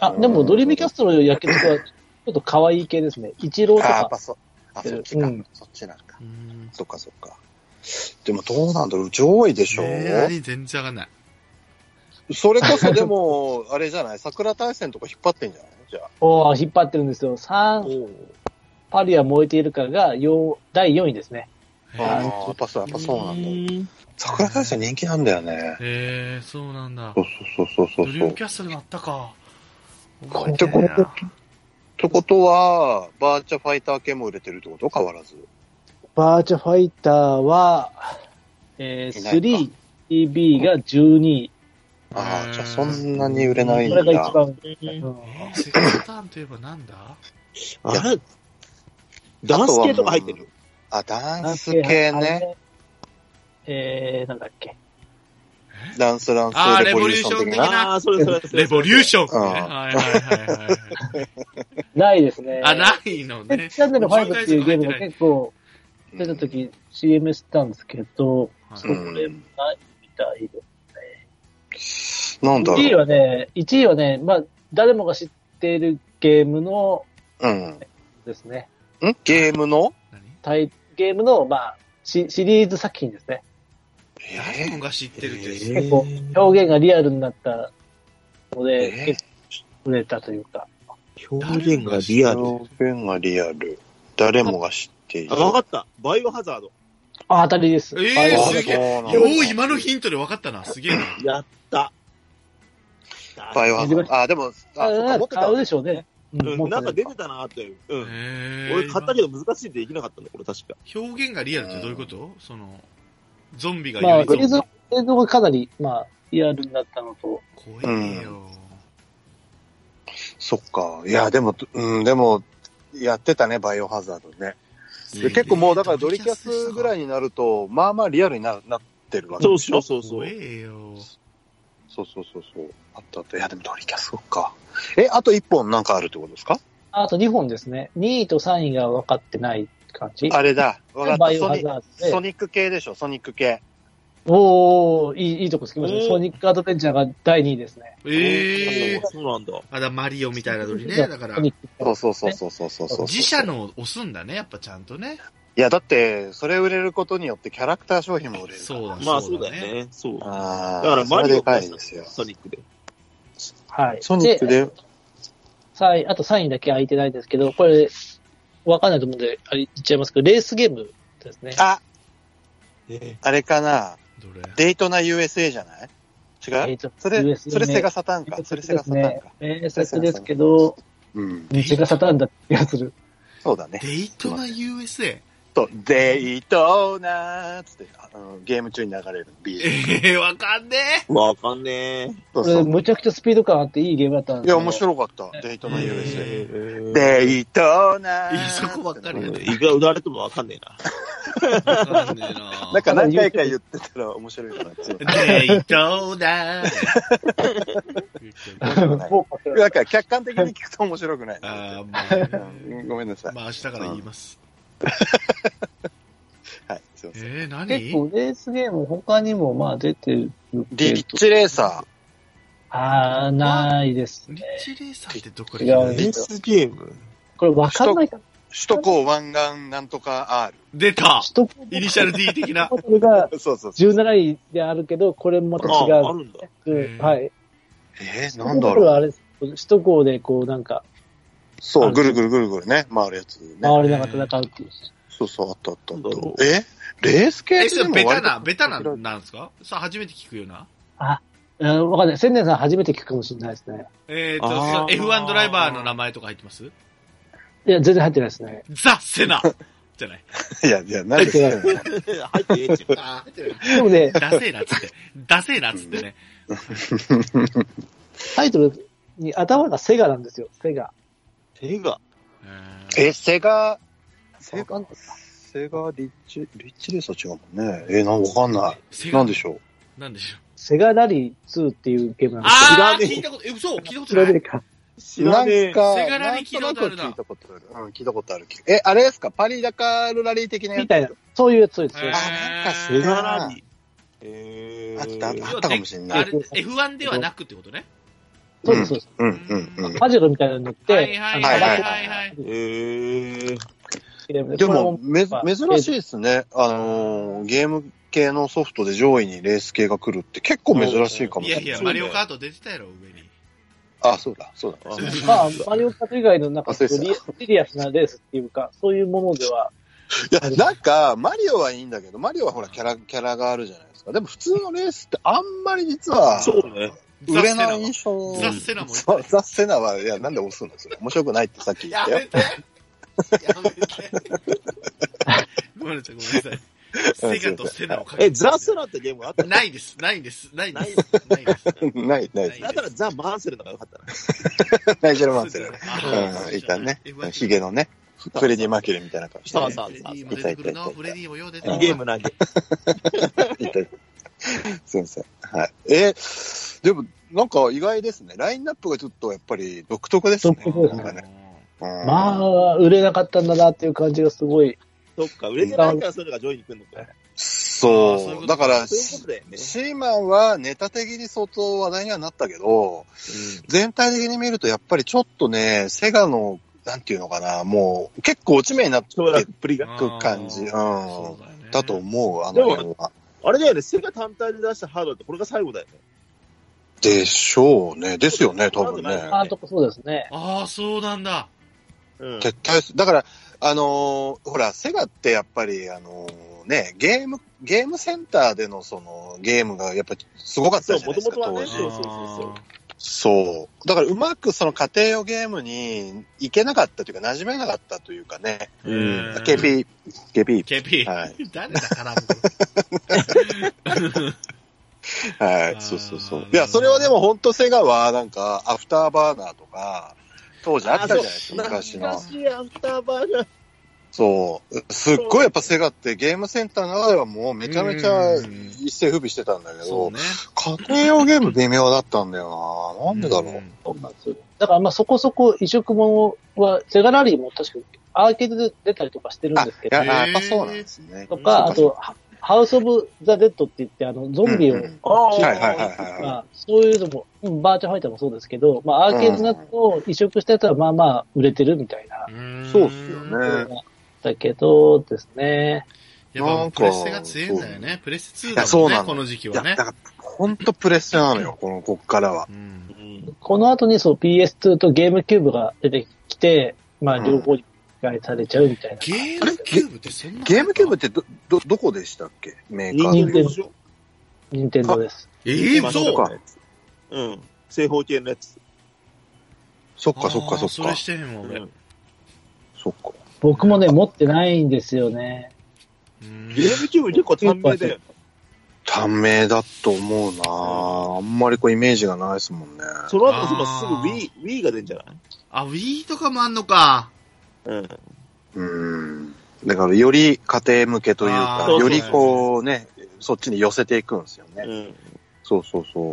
Speaker 2: あ、でもドリームキャストの野球の人は、ちょっと可愛い系ですね。イチロー
Speaker 1: う。
Speaker 2: と
Speaker 1: あー、やっ
Speaker 2: か
Speaker 1: ぱ。そ、あ、そっちか、
Speaker 2: うん
Speaker 1: そっちなんか。
Speaker 3: うん
Speaker 1: そっかそっか。でもどうなんだろう上位でしょ、
Speaker 3: えー何全然わかんない。
Speaker 1: それこそでも、 あれじゃない桜大戦とか引っ張ってんじゃないじゃあ。
Speaker 2: おー引っ張ってるんですよ。3、パリは燃えているかが4第4位ですね。
Speaker 3: え
Speaker 1: あ
Speaker 3: ー
Speaker 1: ーやっぱそう、やっぱそうなんだ。
Speaker 4: んだ。
Speaker 1: 桜大戦人気なんだよね。
Speaker 3: えー、そうなんだ
Speaker 1: そ。うそうそうそ
Speaker 3: ド
Speaker 1: う
Speaker 3: リ
Speaker 1: そ
Speaker 3: ー
Speaker 1: う。
Speaker 3: ム
Speaker 1: っ
Speaker 3: キャストでもあったか。
Speaker 1: こってこれてことは、バーチャファイター系も売れてるってこと変わらず。
Speaker 2: バーチャファイターは、え
Speaker 1: いない
Speaker 2: ー、3DB が12位。
Speaker 1: ああ、じゃあそ
Speaker 3: な。
Speaker 1: んなに売れないん
Speaker 2: こ
Speaker 1: だ。
Speaker 2: れが一番。うん
Speaker 3: えー、セカンドターンといえばなんだ
Speaker 4: あれダンス系とか入ってる
Speaker 1: あ、ダンス系ね。。
Speaker 2: えー、なんだっけ。
Speaker 1: ダンスダンス
Speaker 3: あー
Speaker 1: レボリューション的
Speaker 3: レボリューション的
Speaker 1: な。
Speaker 3: な
Speaker 4: ああー、それそれそれ。
Speaker 3: レボリューションね。
Speaker 1: うん
Speaker 3: はいはいはい はい。
Speaker 2: ないですね。
Speaker 3: あ、ないの
Speaker 2: で
Speaker 3: ね。
Speaker 2: チャンネル5っていうゲームが結構出た時 CM したんですけど、
Speaker 3: は
Speaker 1: う
Speaker 3: い
Speaker 1: ん
Speaker 2: これもないみたいで。
Speaker 1: なんだろ
Speaker 2: 1位
Speaker 1: う。
Speaker 2: はね、1位はね、まあ、誰もが知っているゲームの
Speaker 1: うん。
Speaker 2: ですね、
Speaker 1: んゲームの
Speaker 3: 何
Speaker 2: タイゲームの、まあ、シシリーズ作品ですね。
Speaker 3: 誰もが知ってるって、
Speaker 2: 結構表現がリアルになったので、
Speaker 4: えー
Speaker 2: 結構売れたというか。
Speaker 4: 表現がリアル。
Speaker 1: 表現がリアル。誰もが知っている。
Speaker 4: あ、わかった。バイオハザード。
Speaker 2: あ、当たりです。
Speaker 3: えー
Speaker 2: バイオハザ
Speaker 3: す
Speaker 2: ー
Speaker 3: げえ
Speaker 1: そうなんだ
Speaker 3: よう今のヒントで分かったな。すげえな。
Speaker 4: やった。
Speaker 1: バイオハザードあ、でも、あ、そうか、持
Speaker 2: ド
Speaker 1: って
Speaker 2: 買う
Speaker 1: た。
Speaker 2: でしょうね。
Speaker 4: うんなんか出てたなーって。うん。
Speaker 3: えー
Speaker 4: 俺買ったけど難しいってできなかったんだ、これ確か。
Speaker 3: 今表現がリアルってどういうことその、ゾンビが
Speaker 2: まあ、
Speaker 3: よ
Speaker 2: 映
Speaker 3: りゾン
Speaker 2: 像、映像がかなり、まあ、リアルになったのと、
Speaker 3: ビ。怖えよ。
Speaker 1: そっか。いや、でも、うん、でも、やってたね、バイオハザードね。で結構もう、だからドリキャスぐら
Speaker 3: い。
Speaker 1: いになると、まあまあリアルにななってるわけ
Speaker 4: そうそうそうそ
Speaker 3: 怖
Speaker 4: う。
Speaker 3: えよ。
Speaker 1: そうそうそうそう。あったあった。いや、でもドリキャスそっか。え、あと一本なんかあるってことですか
Speaker 2: あと2本ですね。2位と3位が分かってない感じ。
Speaker 1: あれだ。わか
Speaker 2: バ
Speaker 1: っ
Speaker 2: イ
Speaker 1: たソ
Speaker 2: オハ
Speaker 1: ニ。
Speaker 2: ザー
Speaker 1: ソ
Speaker 2: ドで。
Speaker 1: ニック系でしょ、ソニック系。
Speaker 2: おー、いい、いいとこつきました
Speaker 4: お
Speaker 2: ね。
Speaker 4: ー
Speaker 2: ソニックアドベンチャーが第2位ですね。
Speaker 3: ええー。
Speaker 4: そうなんだ。
Speaker 3: あ、だマリオみたいなのにね。
Speaker 2: いや
Speaker 3: だから
Speaker 2: ソ、ニック
Speaker 1: そうそうそうそうそうそうそう。
Speaker 3: 自社。のを押すんだね。やっぱちゃんとね。
Speaker 1: いや、だって、それ売れることによってキャラクター商品も売れる。
Speaker 3: そうだ
Speaker 4: まあそうだよ。ね。そう。だ
Speaker 1: ああ。
Speaker 4: からマリオ
Speaker 1: それでかいですよ。
Speaker 4: ソニックで。
Speaker 2: はい。
Speaker 1: ソニック
Speaker 2: で。
Speaker 1: で、
Speaker 2: 3位、あと3位だけ空いてないですけど、これ、分かんないと思うんで、あれ言っちゃいますけど、レースゲームですね。
Speaker 1: あ、
Speaker 4: え
Speaker 1: あれかな。
Speaker 3: どれ
Speaker 1: デイトナ USA じゃない違う
Speaker 2: ーと
Speaker 1: それ、
Speaker 2: US
Speaker 1: それセガサターン
Speaker 2: 名
Speaker 1: か。
Speaker 2: 作
Speaker 1: それ
Speaker 2: で
Speaker 1: セ
Speaker 2: す
Speaker 1: ガサターン
Speaker 2: ね
Speaker 1: か。。
Speaker 2: 名作ですけど、
Speaker 1: うん。
Speaker 2: セガサターンだって気がする。
Speaker 1: そうだね。
Speaker 3: デイトナ USA?
Speaker 1: と、デイトーナーつって、あの、ゲーム中に流れる BG。
Speaker 3: ええ、わかんねえ。
Speaker 4: わかんね
Speaker 1: そう
Speaker 2: これ、
Speaker 1: そう。
Speaker 2: むちゃくちゃスピード感あっていいゲームだったん
Speaker 1: い
Speaker 2: ですけ
Speaker 1: や、
Speaker 2: ど
Speaker 1: 面白かった。デイトナ
Speaker 3: えー
Speaker 1: USA。
Speaker 4: え。
Speaker 1: デイトーナー
Speaker 3: いやそこばっかりやね
Speaker 4: いくら売られてもわかんねえな。
Speaker 3: わかんねえな
Speaker 1: なんか何回か言ってたら面白いかなっていう。
Speaker 3: デイトーナ ー。
Speaker 2: もう
Speaker 1: なんか客観的に聞くと面白くない。
Speaker 3: あーま
Speaker 1: うんごめんなさ
Speaker 3: あ、まあ明日から言います。
Speaker 1: い。はい、すいません。
Speaker 3: えー、
Speaker 2: 結
Speaker 3: 何
Speaker 2: 構レースゲーム他にもまあ出てる
Speaker 1: リッチレーサ
Speaker 2: あー、ないです
Speaker 3: リ
Speaker 2: ね。
Speaker 3: ッチレーサーってどこ
Speaker 2: 違う
Speaker 3: で
Speaker 2: ね
Speaker 4: スゲーム
Speaker 2: これわかんないか
Speaker 1: ー、
Speaker 2: な
Speaker 1: 首都高湾岸なんとか
Speaker 3: 出た
Speaker 2: 首都高
Speaker 3: イニシャル D 的な。
Speaker 2: バトルが
Speaker 1: R。そうそうそう。
Speaker 2: 17位であるけど、これもまた
Speaker 4: あ
Speaker 2: 違
Speaker 4: あ、あ
Speaker 2: う。
Speaker 4: るんだ。
Speaker 2: うんはい。
Speaker 1: えー、
Speaker 2: こ
Speaker 1: なんだ
Speaker 2: れ
Speaker 1: ろう。
Speaker 2: はあれです、首都高でこうなんか
Speaker 1: そう、ぐるぐるぐるぐるね、回るやつね。
Speaker 2: 回りながら戦うっていう。
Speaker 1: そうそう、あったあったあ
Speaker 4: なんだろ
Speaker 1: った。 えレース系
Speaker 3: え、
Speaker 1: って
Speaker 3: そ
Speaker 1: で
Speaker 3: れ
Speaker 1: も
Speaker 3: ベ
Speaker 1: 割と
Speaker 3: タな、ベタななんですかさあ、初めて聞くような。
Speaker 2: うんわかんない。千年さん初めて聞くかもしれないですね。
Speaker 3: えっ、ー、と、そ
Speaker 1: あ
Speaker 3: の
Speaker 1: ー
Speaker 3: F1 ドライバーの名前とか入ってます
Speaker 2: いや、全然入ってないですね。
Speaker 3: ザ・セナじゃない。
Speaker 1: いや、いや、なんで
Speaker 2: 入って
Speaker 1: すか
Speaker 4: 入ってええじゃん。
Speaker 3: あー
Speaker 2: でも ね、
Speaker 3: ダセーなっつって。ダセーなっつってね。
Speaker 2: タイトルに頭がセガなんですよ、セガ。
Speaker 4: 手が。
Speaker 3: えー
Speaker 1: え、セガ、セ
Speaker 2: わ
Speaker 1: ガ
Speaker 2: かんない
Speaker 1: セガリッチ、リッチレーサー違うもんね。えー、なんわかんない。
Speaker 3: セガ
Speaker 1: なんでしょう。
Speaker 3: なんでしょう。
Speaker 2: セガラリー2っていうゲームなんですよ。
Speaker 3: あー、聞
Speaker 4: 知らねえ
Speaker 3: いたこと、え、嘘聞いたこと
Speaker 2: 知ら
Speaker 3: な
Speaker 2: ねえ
Speaker 3: い。
Speaker 2: か。
Speaker 4: 知らねえ。
Speaker 1: か
Speaker 3: セガラリ聞いたことあるな
Speaker 1: なんとなく聞いたことある。うん、聞いたことある。え、あれですかパリダカールラリー的なやつ
Speaker 2: みたいな。そういうやつ、そういうやつそういうやつ。
Speaker 1: あなんか
Speaker 4: 手
Speaker 1: セ
Speaker 4: がラリー。え
Speaker 1: あったあ
Speaker 3: 要
Speaker 1: っ
Speaker 3: は
Speaker 1: た
Speaker 3: ね
Speaker 1: かもしれない
Speaker 3: あれ、F1 ではなくってことね。
Speaker 2: そうです、そうです。
Speaker 1: うん、うん、うん。
Speaker 2: パジェロみたいなのに乗っ
Speaker 3: はい
Speaker 2: て、
Speaker 3: は
Speaker 2: あ
Speaker 3: い
Speaker 2: の
Speaker 3: はい
Speaker 1: は
Speaker 3: はいい
Speaker 1: は
Speaker 3: はいい、
Speaker 2: バ
Speaker 3: は
Speaker 2: イ
Speaker 3: い。
Speaker 4: えー。
Speaker 2: クゲーム
Speaker 1: でも
Speaker 2: こ、
Speaker 1: め、
Speaker 2: まあ
Speaker 1: 珍しいですね。あのー、ゲーム系のソフトで上位にレース系が来るって結構珍しいかもし
Speaker 3: い
Speaker 1: れ
Speaker 3: や
Speaker 1: ない。
Speaker 3: いや、マリオカート出てたやろ、上に。
Speaker 1: あ、そうだ、そうだ。
Speaker 2: れもまあ、マリオカート以外のなんか
Speaker 1: あそうです
Speaker 2: リシリアスなレースっていうか、そういうものでは、
Speaker 1: いや、なんか、マリオはいいんだけど、マリオはほら、キャラ、キャラがあるじゃないですか。でも、普通のレースってあんまり実は、
Speaker 4: そうね。
Speaker 1: 売れな
Speaker 3: ザ
Speaker 1: い
Speaker 3: セ
Speaker 1: 印象。
Speaker 3: ザセナも
Speaker 1: そうザ・セナは、いや、なんで押すんですよ。面白くないってさっき言っ
Speaker 3: ナ
Speaker 1: た
Speaker 3: や
Speaker 1: よ。
Speaker 3: めてやめてごめんなさい、ごめんなさい。セガとセナをかけて
Speaker 4: え、ザ・セラってゲームがあったの
Speaker 3: ないです、ないです、ないです。ないです。
Speaker 1: ない、ないです。
Speaker 4: だからザ・マンセルの方が良かったな。
Speaker 1: ナイジェル・マンセル。
Speaker 3: あ
Speaker 1: う
Speaker 3: ー
Speaker 1: ん、いたね。ヒ
Speaker 3: ヒ
Speaker 1: ゲのね。フレディ・マーキュリーみたいな感じで
Speaker 4: そ
Speaker 1: ね、
Speaker 4: うそう
Speaker 3: フレディも出てくるのフレディもよう出てく
Speaker 1: うん
Speaker 3: る
Speaker 4: ゲーム投げ。
Speaker 1: いたいすいません。はい。えーでも、なんか意外ですね。ラインナップがちょっとやっぱり独特ですね。
Speaker 2: 独特です
Speaker 1: なんかね。うん
Speaker 2: まあ、売れなかったんだなっていう感じがすごい。
Speaker 4: そっか、売れてないからそれが上位に来るのか。
Speaker 3: あーそういうこ
Speaker 1: そ
Speaker 3: と
Speaker 1: う。だから、
Speaker 4: そういう
Speaker 1: シ
Speaker 4: ことだよね。
Speaker 1: ーマンはネタ的に相当話題にはなったけど、全体的に見るとやっぱりちょっとね、セガの、なんていうのかな、もう結構落ち目になって
Speaker 4: そうだ、プリが。
Speaker 1: く感じ、うん、
Speaker 3: そうだよね
Speaker 1: だと思う、あ
Speaker 4: で
Speaker 1: の
Speaker 4: も
Speaker 1: 辺は。
Speaker 4: ああれだよね、セガ単体で出したハードってこれが最後だよね。
Speaker 1: でしょうね。ですよね、多分
Speaker 4: そうだ
Speaker 1: ね
Speaker 4: ね。
Speaker 2: あーとこそうですね。
Speaker 3: ああ、そうなんだ。
Speaker 4: うん。
Speaker 1: 撤退す、だから、あのーほら、セガってやっぱり、あのーね、ゲーム、ゲームセンターでのそのゲームがやっぱりすごかったじゃないですか、
Speaker 4: そう元々
Speaker 1: 当時。
Speaker 4: はねそうそうそうそう
Speaker 1: そう。だからうまくその家庭用ゲームに行けなかったというか、馴染めなかったというかね。
Speaker 3: うーん
Speaker 1: KP、KP。
Speaker 3: KP。
Speaker 1: はい。
Speaker 3: 誰だから、
Speaker 1: は
Speaker 3: あー
Speaker 1: い。そうそうそ
Speaker 3: な
Speaker 1: う
Speaker 3: るほ。
Speaker 1: い
Speaker 3: ど
Speaker 1: や、それはでも本当セガはなんか、アフターバーナーとか、当時あったじゃないですか、
Speaker 4: 懐か
Speaker 1: 昔の。
Speaker 4: しいアフターバーナー。
Speaker 1: そう。すっごいやっぱセガってゲームセンターの中ではもうめちゃめちゃ
Speaker 3: うん
Speaker 1: 一世不備してたんだけ
Speaker 3: そ
Speaker 1: ど
Speaker 3: う、ね。
Speaker 1: 家庭用ゲーム微妙だったんだよな。なんでだろう。
Speaker 2: そうなんですよ。だからまあそこそこ移植もは、セガラリーも確かアーケードで出たりとかしてるん
Speaker 1: あ、い
Speaker 2: ですけど
Speaker 1: や、、
Speaker 3: へー
Speaker 1: やっぱそうなんですね。
Speaker 2: とか、
Speaker 1: うん
Speaker 2: あと、ハハウス・オブ・ザ・デッドって言って、あの、ゾンビを、
Speaker 1: うんうん
Speaker 4: あー
Speaker 1: はいはいはいはい
Speaker 2: ま
Speaker 1: は
Speaker 2: あ、そういうのも、うんバーチャファイターもそうですけど、まあ、アーケードなどを移植したやつは、まあまあ、売れてるみたいな。
Speaker 1: い。
Speaker 3: ん
Speaker 1: そうっすよね。
Speaker 2: だけどですね。
Speaker 3: やっぱプレステが強いんだよね。プレステ2
Speaker 1: いや
Speaker 3: だ
Speaker 1: そ
Speaker 3: も
Speaker 1: うん
Speaker 3: ね
Speaker 1: な、の
Speaker 3: この時期
Speaker 1: いや、
Speaker 3: はね
Speaker 1: だ。から、ほんとプレッシャーなのよ、この、こっからは。
Speaker 3: うん
Speaker 2: この後にそう PS2 とゲームキューブが出てきて、まあ、両方に一回されちゃうみたいな。
Speaker 3: ゲームキューブってそんな
Speaker 1: ゲームキューブってど、ど、どこでしたっけメーカー
Speaker 4: 人
Speaker 1: で
Speaker 4: 間でしょ
Speaker 2: 任天堂です。
Speaker 3: ええ
Speaker 4: まあ
Speaker 3: そう
Speaker 1: か。
Speaker 4: うん。正方形のやつ。
Speaker 1: そっかそっ
Speaker 3: あ
Speaker 1: か
Speaker 3: ー
Speaker 1: そ
Speaker 3: そ
Speaker 1: っ
Speaker 3: れ
Speaker 1: か。
Speaker 3: してへんわ、俺。
Speaker 4: う
Speaker 3: うん
Speaker 1: そっか。
Speaker 2: 僕もね、持ってないんですよね。
Speaker 3: ん
Speaker 4: ゲームキューブ結構短命だよ。
Speaker 1: 短命だと思うなぁあんまりこうイメージがないですもんね。
Speaker 4: その後そのすぐ
Speaker 3: あー
Speaker 4: Wii、Wii が出るんじゃない
Speaker 3: あ、Wii とかもあんのか。
Speaker 4: うん。
Speaker 1: うん。だからより家庭向けという
Speaker 3: あ
Speaker 1: か、
Speaker 4: ー
Speaker 1: よりこうね、そっちに寄せていくんですよね。
Speaker 4: うん。
Speaker 1: そうそうそ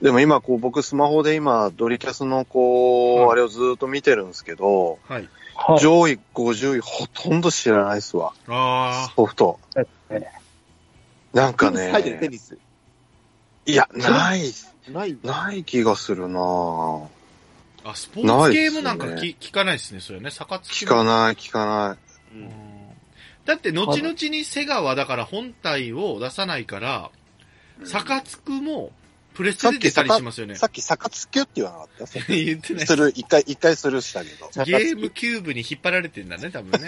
Speaker 1: う。でも今こう僕スマホで今ドリキャスのこう、
Speaker 3: はい
Speaker 1: あれをずっと見てるんですけど、
Speaker 3: はい。
Speaker 2: はい。
Speaker 1: 上位50位ほとんど知らないっすわ。
Speaker 3: あ
Speaker 1: ソフト。なんか
Speaker 4: テニス入ってるテ
Speaker 1: ね、
Speaker 4: ニス。
Speaker 1: いや、ない、
Speaker 4: ないんだ。
Speaker 1: ない気がするなぁ
Speaker 3: あ。あ、スポーツゲームなんかき聞かないですね、それね。逆つき
Speaker 1: 聞
Speaker 3: も
Speaker 1: かない、聞かない。
Speaker 4: うん
Speaker 3: だって、後々にセガはだから本体を出さないから、サカツクもプレステで出たりしますよね。
Speaker 1: さっき、サカツキュって言わなかった
Speaker 3: 言ってない
Speaker 1: す。る、一回、一回するしたけど。
Speaker 3: ゲームキューブに引っ張られてんだね、多分ね。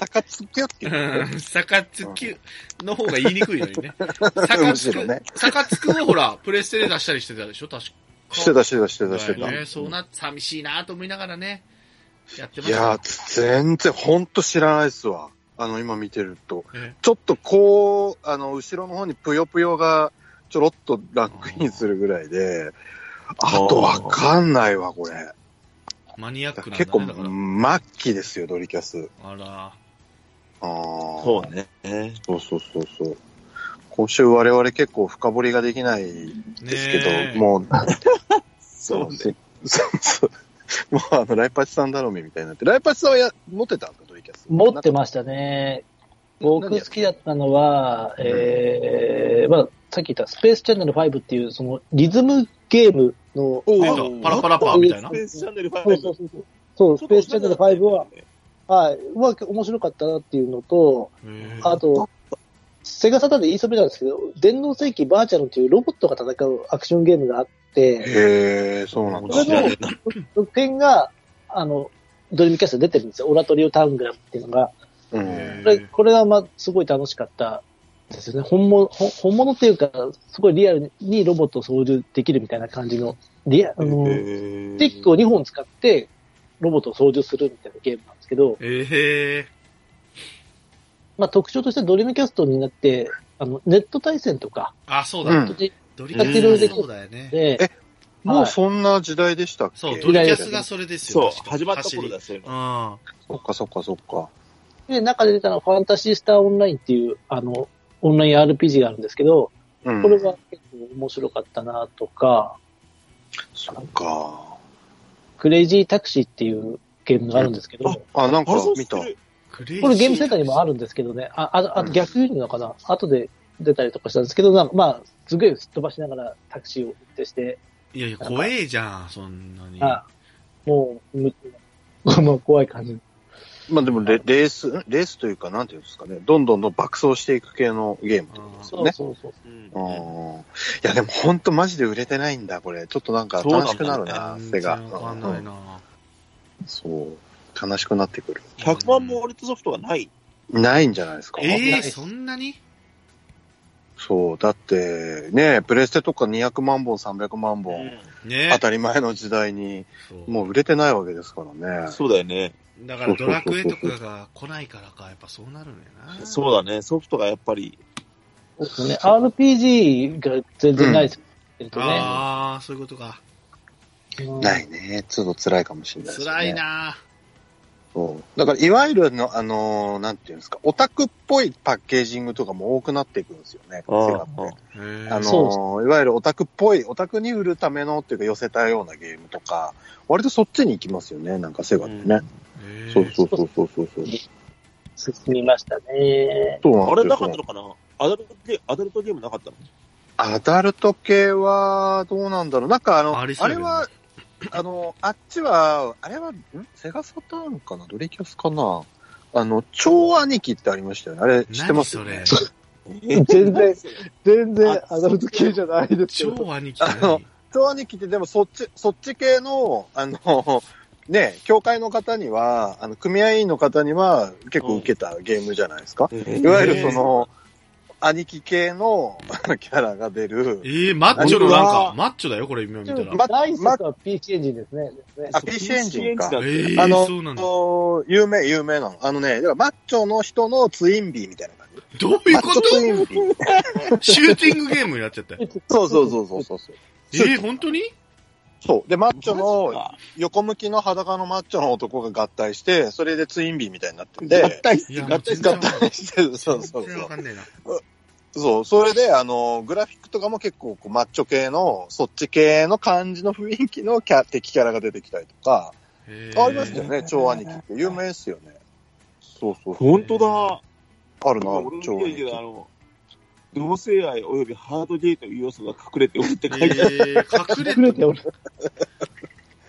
Speaker 1: サカツキュって言うの
Speaker 3: うん。サカツキの方が言いにくいのにね。サカ
Speaker 1: む
Speaker 3: ツ
Speaker 1: しろ
Speaker 3: ク
Speaker 1: ね、
Speaker 3: サカツクもほら、プレステで出したりしてたでしょ、確か。
Speaker 1: してた、してた、してた、して
Speaker 3: だよね、
Speaker 1: た。
Speaker 3: そうな、寂しいなと思いながらね、やってま
Speaker 1: い
Speaker 3: した
Speaker 1: や
Speaker 3: よ。
Speaker 1: ー、全然、ほんと知らないっすわ。あの、今見てると
Speaker 3: え。
Speaker 1: ちょっとこう、あの、後ろの方にぷよぷよがちょろっとランクインするぐらいで、あとわかんないわ、これ。
Speaker 3: マニアックなんだ
Speaker 1: 結構、
Speaker 3: ね、だから。
Speaker 1: 末期ですよ、ドリキャス。
Speaker 3: あら。
Speaker 1: あー
Speaker 4: そうね。ね
Speaker 1: そうそうそうそう。今週我々結構深掘りができない
Speaker 3: ね
Speaker 1: ですけど、
Speaker 3: え
Speaker 1: もう、
Speaker 4: そうね。
Speaker 1: そうそう。もうあの、ライパチさん頼みみたいになって。ライパチさんはや持ってたんですか、ドリキャス。
Speaker 2: 持って
Speaker 1: ま
Speaker 2: ましたね。
Speaker 1: な
Speaker 2: 僕
Speaker 1: んで
Speaker 2: 好きだったのは、えー、まあ、さっき言ったスペースチャンネル5っていう、そのリズムゲームの、
Speaker 3: 出たパラパラパーみたいな
Speaker 4: ス。ペースチャンネル
Speaker 2: そうそうそ
Speaker 4: 5。
Speaker 2: うそう。そう、スペースチャンネル5は、はい、うまく面白かったなっていうのと、
Speaker 3: へー
Speaker 2: あと、セガサターンで言いそびなんですけど、電脳世紀バーチャルっていうロボットが戦うアクションゲームがあって、
Speaker 1: へえ、そうなんだ。
Speaker 2: それの特典が、あの、ドリームキャストで出てるんですよ。オラトリオタウングラムっていうのが。
Speaker 1: う
Speaker 3: へ
Speaker 1: ん。
Speaker 2: これ、
Speaker 3: ー
Speaker 2: これはまあ、すごい楽しかったですよね。本物、ほ本物っていうか、すごいリアルにロボットを操縦できるみたいな感じの、リア、あの、ス
Speaker 4: の
Speaker 2: ティックを2本使って、ロボットを操縦するみたいなゲームなんですけど、
Speaker 3: え
Speaker 2: まあ、特徴としてドリームキャストになって、あの、ネット対戦とか、
Speaker 3: ー、あ、そうだ。
Speaker 1: うん
Speaker 2: で、
Speaker 3: ドリキャスそうだよね。
Speaker 1: えもう
Speaker 2: はい
Speaker 1: そんな時代でしたっけ
Speaker 3: そう、
Speaker 1: そ
Speaker 3: ドリキャスがそれです
Speaker 4: そ
Speaker 3: よ。
Speaker 4: う、始まった頃だ、そういうの。
Speaker 3: だ。
Speaker 1: っかそっかそっか。
Speaker 2: で、中で出たのはファンタシースターオンラインっていう、あの、オンライン RPG があるんですけど、
Speaker 1: うん。
Speaker 2: これは結構面白かったなとか、
Speaker 1: そっか。
Speaker 2: クレイジータクシーっていうゲームがあるんですけど、
Speaker 1: あ、なんか
Speaker 4: あそう
Speaker 1: 見
Speaker 4: す
Speaker 1: た。
Speaker 4: る
Speaker 3: クレイジ
Speaker 2: これゲームセンターにもあ
Speaker 3: る。
Speaker 2: るんですけどね、あ、あ、あ
Speaker 1: うん
Speaker 2: 逆輸入のかな、後で出たりとかしたんですけど、なんかまあ、すげえすっ飛ばしながらタクシーを運転して、
Speaker 3: いやいや、怖えじゃん、そんな に。
Speaker 2: あもう、むもう怖い感じ。
Speaker 1: まあでもレ、レース、レースというか、なんていうんですかね、どんどんどん爆走していく系のゲームってことですよ
Speaker 2: そう
Speaker 1: ね。
Speaker 2: そうそう。
Speaker 3: うん
Speaker 1: うんいや、でも本当マジで売れてないんだ、これ。ちょっとなんか
Speaker 4: そうなん
Speaker 1: 悲
Speaker 4: だ
Speaker 1: しくなるな、セ
Speaker 3: 全然
Speaker 1: ガ。
Speaker 3: わかんない
Speaker 1: うん
Speaker 3: な。
Speaker 1: そう。悲しくなってくる。
Speaker 4: 100万ボールトソフトがない。
Speaker 1: ないんじゃないですか。
Speaker 3: ええそんなに
Speaker 1: そう。だって、ね、プレステとか200万本、300万本、
Speaker 3: ね
Speaker 1: 当たり前の時代に、
Speaker 3: そう
Speaker 1: もう売れてないわけですからね。
Speaker 4: そうだよね。
Speaker 3: だからドラクエとかが来ないからか、やっぱそうなるんだよな。
Speaker 4: そうだね。ソフトがやっぱり。
Speaker 2: そうですよね。RPG が全然ないですよね。
Speaker 3: ああ、そういうことか。
Speaker 2: うん
Speaker 1: ないね。ちょっと辛いかもしれないですね。
Speaker 3: 辛いな
Speaker 1: そう。だから、いわゆるの、あのーなんていうんですか、オタクっぽいパッケージングとかも多くなっていくんですよね。セ
Speaker 4: ああ
Speaker 1: ガって。
Speaker 3: へー
Speaker 1: あの
Speaker 2: そう
Speaker 1: ーいわゆるオタクっぽい、オタクに売るためのっていうか寄せたようなゲームとか、割とそっちに行きますよね、なんかセガってね。
Speaker 3: へー
Speaker 1: そうそうそうそうそう。そう
Speaker 2: 進みましたね。
Speaker 4: あ
Speaker 1: なん
Speaker 4: れ
Speaker 1: で
Speaker 4: な
Speaker 1: す
Speaker 4: かっ
Speaker 1: よ
Speaker 4: たのかなアダルトゲアダルトゲームなかったの
Speaker 1: アダルト系は、どうなんだろう。なんかあの、あ
Speaker 3: ありそうだ
Speaker 1: れ
Speaker 3: よね
Speaker 1: は、あの、あっちは、あれは、んセガサターンかなドレキャスかなあの、超兄貴ってありましたよね。あれ、知ってますよね
Speaker 3: 何そ
Speaker 2: 全 然全
Speaker 4: 然
Speaker 2: アダルト系じゃないです
Speaker 3: 超兄貴だ
Speaker 1: あの
Speaker 3: ね。
Speaker 1: 超兄貴ってでもそっち、そっち系の、あの、 ね、協会の方には、あの、組合員の方には結構受けたゲームじゃないですか。いわゆるその、兄貴系のあのキャラが出る、
Speaker 3: ええマッチョのなん
Speaker 4: う
Speaker 3: か
Speaker 4: わ、
Speaker 3: マッチョだよ、これ今見たら。
Speaker 1: ま
Speaker 2: ライスとか PH エンジンですね。
Speaker 1: あ、PC エンジンか。
Speaker 4: だ
Speaker 3: ええ
Speaker 1: あの
Speaker 3: そうなんだ。
Speaker 1: おー有名、有名なの。あのね、だからマッチョの人のツインビーみたいな感じ。
Speaker 3: どういう
Speaker 1: マッ
Speaker 3: こ
Speaker 1: チョ
Speaker 3: と
Speaker 1: ツインビー。
Speaker 3: シューティングゲームになっちゃったよ。
Speaker 1: そうそうそうそうそうそう。
Speaker 3: ええ本当に
Speaker 1: そう。で、マッチョ
Speaker 4: マジ
Speaker 1: の、
Speaker 4: か
Speaker 1: 横向きの裸のマッチョの男が合体して、それでツインビーみたいになって
Speaker 4: で、合
Speaker 1: て、
Speaker 4: 体
Speaker 3: いや
Speaker 1: 合体して、合
Speaker 3: 全然
Speaker 1: 体して、そうそう
Speaker 3: 全然
Speaker 1: そ
Speaker 3: わ
Speaker 1: う
Speaker 3: か。んねえな。
Speaker 1: そう、それで、あの、グラフィックとかも結構、こう、マッチョ系の、そっち系の感じの雰囲気のキャ敵キャラが出てきたりとか、
Speaker 3: へー
Speaker 1: ありましたよね、超兄貴って。有名ですよね。そうそうそう。
Speaker 4: 本当だ。
Speaker 1: あるな
Speaker 4: 俺、
Speaker 1: 超
Speaker 4: の見
Speaker 1: 兄
Speaker 4: てるけど、あ
Speaker 1: 貴。
Speaker 4: の、同性愛及びハードゲイという要素が隠れておるって書いてある。
Speaker 3: えー、隠れ
Speaker 2: 隠れておる。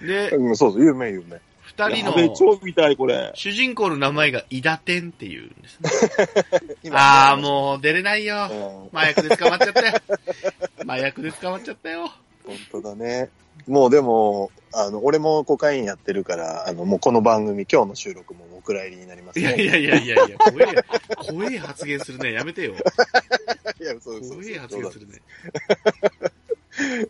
Speaker 3: で、
Speaker 1: うん、そうそう、有名、有名。
Speaker 3: 二人
Speaker 4: やべえ
Speaker 3: の
Speaker 4: 超見たい、これ。
Speaker 3: 主人公の名前がイダテンっていうんですね。
Speaker 1: 今
Speaker 3: ああ、もう出れないよ
Speaker 1: う。ん、
Speaker 3: 麻薬で捕まっちゃったよ。 麻薬で捕まっちゃったよ。
Speaker 1: 本当だね。もうでも、あの、俺もコカインやってるから、あの、もうこの番組、今日の収録もお蔵入りになります
Speaker 3: い
Speaker 1: ね。
Speaker 3: やいやいやいやいや、怖え、怖え発言するね。やめてよ。
Speaker 1: いや、そうそうそう
Speaker 3: 怖え発言するね。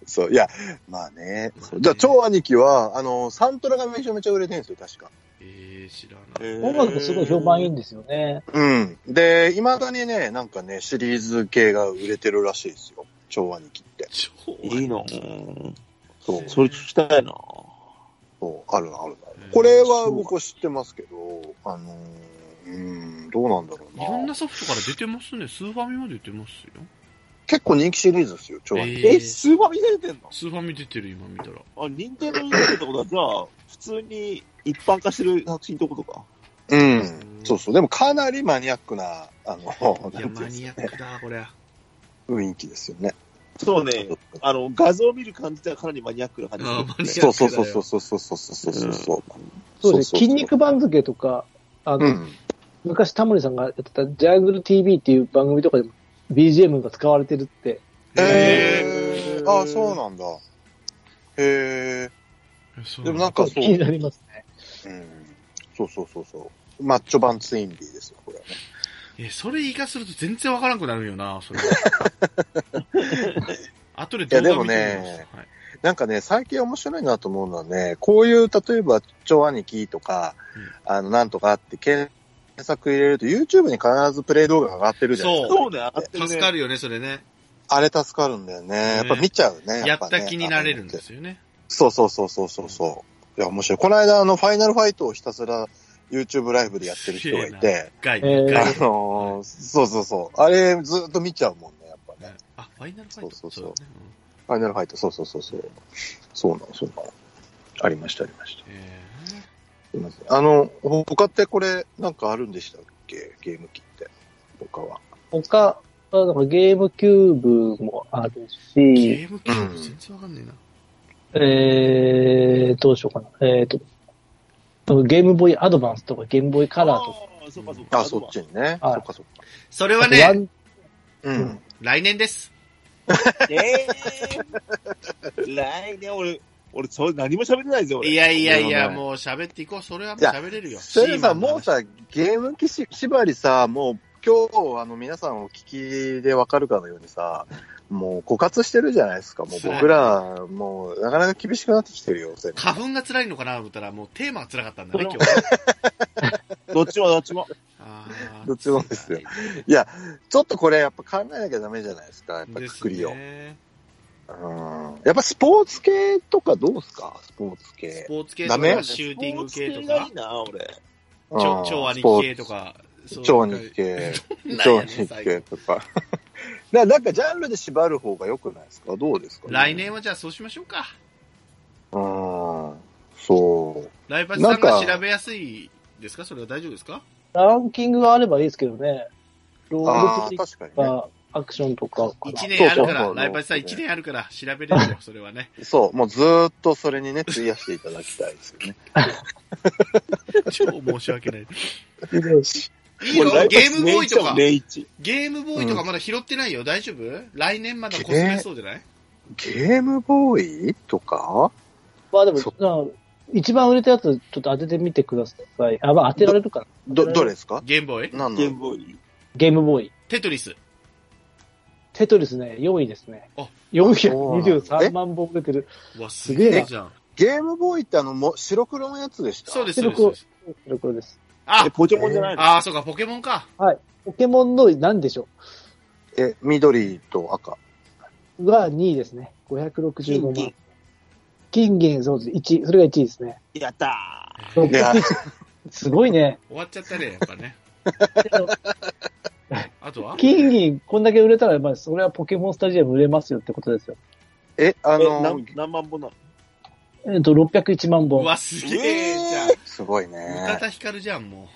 Speaker 1: そう、いや、まあね。そうじゃあ、超兄貴は、あの、サントラがめちゃめちゃ売れてるんですよ、確か。
Speaker 3: えー、知らない。
Speaker 2: 音楽すごい評判いいんですよね。
Speaker 1: うん。で、未だにね、なんかね、シリーズ系が売れてるらしいですよ。超兄貴って。
Speaker 3: 超
Speaker 4: いいの
Speaker 1: そう、
Speaker 4: それ聞きたいな。
Speaker 1: そう、あるあるある。これは僕知ってますけど、あのー、うん、どうなんだろう
Speaker 3: いろん
Speaker 1: な。
Speaker 3: なソフトから出てますね。スーファミまで出てますよ。
Speaker 1: 結構人気シリーズですよ、超
Speaker 3: え
Speaker 1: 兄貴。
Speaker 4: え、
Speaker 3: ー、
Speaker 4: スーパー見せれてんの
Speaker 3: スーファミ出てる、今見たら。
Speaker 4: あ、任天堂に出てるってことは、じゃあ、普通に一般化してる作品ってことか。
Speaker 1: うん。そうそう。でもかなりマニアックな、あの、
Speaker 3: い
Speaker 1: な
Speaker 3: や、
Speaker 1: んてい
Speaker 3: マ
Speaker 1: うんです
Speaker 3: ニア
Speaker 1: か
Speaker 3: ックだ、これ。
Speaker 1: 雰囲気ですよね。
Speaker 4: そうね。あの、画像を見る感じはかなりマニアックな感じ
Speaker 3: あーマニアック
Speaker 1: そうそうそうそうそうそうそうそうそうそう。
Speaker 2: そうですね。筋肉番付とか、あ
Speaker 1: う
Speaker 2: の、
Speaker 1: ん。
Speaker 2: 昔タモリさんがやってたジャングル TV っていう番組とかでも BGM が使われてるって。
Speaker 1: えー、ああ、そうな
Speaker 3: の
Speaker 1: んだ。へえ。でもなんか
Speaker 2: 気
Speaker 1: そう、
Speaker 2: になりますね。
Speaker 1: うんそうそうそうそう。マッチョ版ツインビーですよ、これはね。
Speaker 3: え、それ言いかすると全然わからんくなるよ な、それ。後で動画見てみます
Speaker 1: いやでもねなんかね、最近面白いなと思うのはね、こういう、例えば、超兄貴とか、あの、なんとかって検索入れると、YouTube に必ずプレイ動画が上がってるじゃないですか。
Speaker 4: そうね、あって
Speaker 3: はい、
Speaker 4: ね
Speaker 3: 助かるよね、それね。
Speaker 1: あれ助かるんだよね。やっぱ見ちゃうね。
Speaker 3: や
Speaker 1: っぱ
Speaker 3: っ
Speaker 1: ね
Speaker 3: た気になれるんですよね。
Speaker 1: そうそうそうそうそうそう。いや、面白い。この間、あの、ファイナルファイトをひたすら YouTube ライブでやってる人がい
Speaker 3: すげ
Speaker 1: て、
Speaker 3: ガイ、
Speaker 2: えー
Speaker 1: あ
Speaker 3: ガイ。
Speaker 1: のーそうそうそう。あれ、ずっと見ちゃうもんね、やっぱね。
Speaker 3: あ、ファイナルファイト
Speaker 1: そうそうそう
Speaker 3: だねん
Speaker 1: ファイナルファイト、そうそうそうそう。そうなの、そうなの。ありました、ありました。
Speaker 3: え
Speaker 1: すいません。あの、ほ他ってこれ、なんかあるんでしたっけゲーム機って。他は。
Speaker 2: 他、あなんかゲームキューブもある
Speaker 3: ー
Speaker 2: し、
Speaker 3: ゲームキューブ全然わかんねえな。
Speaker 2: えー、どうしようかな。えーと、ゲームボーイアドバンスとかゲームボーイカラーとか。
Speaker 4: あーそっかそっか。
Speaker 1: あ、そっちにね。
Speaker 2: はい
Speaker 1: そっかそっか。
Speaker 3: それは
Speaker 2: ワ
Speaker 3: ね、
Speaker 2: ン
Speaker 1: うん。
Speaker 3: 来年です。
Speaker 4: えー、来年俺、俺、そう、何も喋れないぞ、俺。
Speaker 3: いやいやい
Speaker 1: なる
Speaker 3: や、
Speaker 1: ほどね
Speaker 3: もう喋っていこう。それはもう喋れるよ。
Speaker 1: それで
Speaker 3: シーマ
Speaker 1: さ、
Speaker 3: ンの話
Speaker 1: もうさ、ゲーム機し縛りさ、もう今日、あの、皆さんお聞きでわかるかのようにさ、もう枯渇してるじゃないですか。もう僕ら、もう、なかなか厳しくなってきてるよ、全部
Speaker 3: 花粉が辛いのかなと思ったら、もうテーマが辛かっ たんだね、
Speaker 4: そ
Speaker 3: 今
Speaker 4: れ
Speaker 3: 日。
Speaker 4: どっちもどっちも。
Speaker 3: あー
Speaker 1: どっちもですよ。いや、ちょっとこれやっぱ考えなきゃダメじゃないですか、やっぱくくりを。
Speaker 3: ですね
Speaker 1: うん。やっぱスポーツ系とかどうすかスポーツ
Speaker 3: ス
Speaker 1: 系。
Speaker 3: ポーツ系と
Speaker 1: ダメ
Speaker 3: か、シューティング系
Speaker 4: スポーツ
Speaker 3: と
Speaker 4: がい
Speaker 3: か
Speaker 4: い、な、俺。
Speaker 3: 超
Speaker 1: うん
Speaker 3: 超兄
Speaker 1: スポーツ
Speaker 3: 系とか、
Speaker 1: 超日 系、超日系とか。 ななんかジャンルで縛る方が良くないですかどうですか、
Speaker 3: 来年はじゃあそうしましょうか。
Speaker 1: うん。そう。
Speaker 3: ライパチさんが
Speaker 1: なんか
Speaker 3: 調べやすいですかそれは大丈夫ですか
Speaker 2: ランキングがあればいいですけどね。ロ
Speaker 1: あ
Speaker 2: ー
Speaker 1: あ、
Speaker 2: ドプレイ
Speaker 1: 確か
Speaker 2: と
Speaker 1: にね。
Speaker 2: か、アクションとかかな。
Speaker 3: 一年あるか
Speaker 1: そうそ
Speaker 3: ら、
Speaker 1: う
Speaker 3: ライパチさん一年あるから調べれるよ、それはね。
Speaker 1: そう、もうずーっとそれにね、費やしていただきたいですよね。
Speaker 3: 超申し訳 ない。いい
Speaker 4: 俺
Speaker 3: よ、ゲームボーイとか、
Speaker 4: 年一
Speaker 3: ゲームボーイとかまだ拾ってないよ、大丈夫来年まだコスメそうじゃない
Speaker 1: ゲームボーイとか
Speaker 2: まあでも
Speaker 1: そ、
Speaker 2: まあ一番売れたやつ、ちょっと当ててみてください。あ、まあ当てられるかな。
Speaker 1: ど、どれですか
Speaker 3: ゲームボーイ
Speaker 1: 何
Speaker 4: ゲーム
Speaker 1: の
Speaker 4: ボーイ。
Speaker 2: ゲームボーイ。
Speaker 3: テトリス。
Speaker 2: テトリスね、4位ですね
Speaker 3: あ。
Speaker 2: 423万本出てる。
Speaker 3: うわ、すげ
Speaker 2: すげ
Speaker 3: え
Speaker 2: え
Speaker 3: じゃん。
Speaker 1: ゲームボーイってあの、も白黒のやつでした。
Speaker 3: そうですす、そうですそうです。
Speaker 2: ところです。
Speaker 3: あ
Speaker 4: え、、ポケモンじゃないの
Speaker 3: ああ、そうか、ポケモンか。
Speaker 2: ポケモンの何でしょ
Speaker 1: え、緑と赤。
Speaker 2: うが2位ですね。565
Speaker 4: 金
Speaker 2: 万
Speaker 4: 銀。
Speaker 2: 金銀、そうです。1位。それが1位ですね。
Speaker 4: やった
Speaker 1: いや、
Speaker 2: すごいね。
Speaker 3: 終わっちゃったね、やっぱね。あとは
Speaker 2: 金銀、こんだけ売れたら、まあ、それはポケモンスタジアム売れますよってことですよ。
Speaker 1: え、あ
Speaker 4: ー。え、な
Speaker 1: の
Speaker 4: ん、何万本なの
Speaker 2: えっと、601万
Speaker 3: う
Speaker 2: 本。
Speaker 3: わ、すげえじゃん。
Speaker 1: すごい
Speaker 3: 宇多
Speaker 1: ね。
Speaker 3: 田ヒカルじゃん、も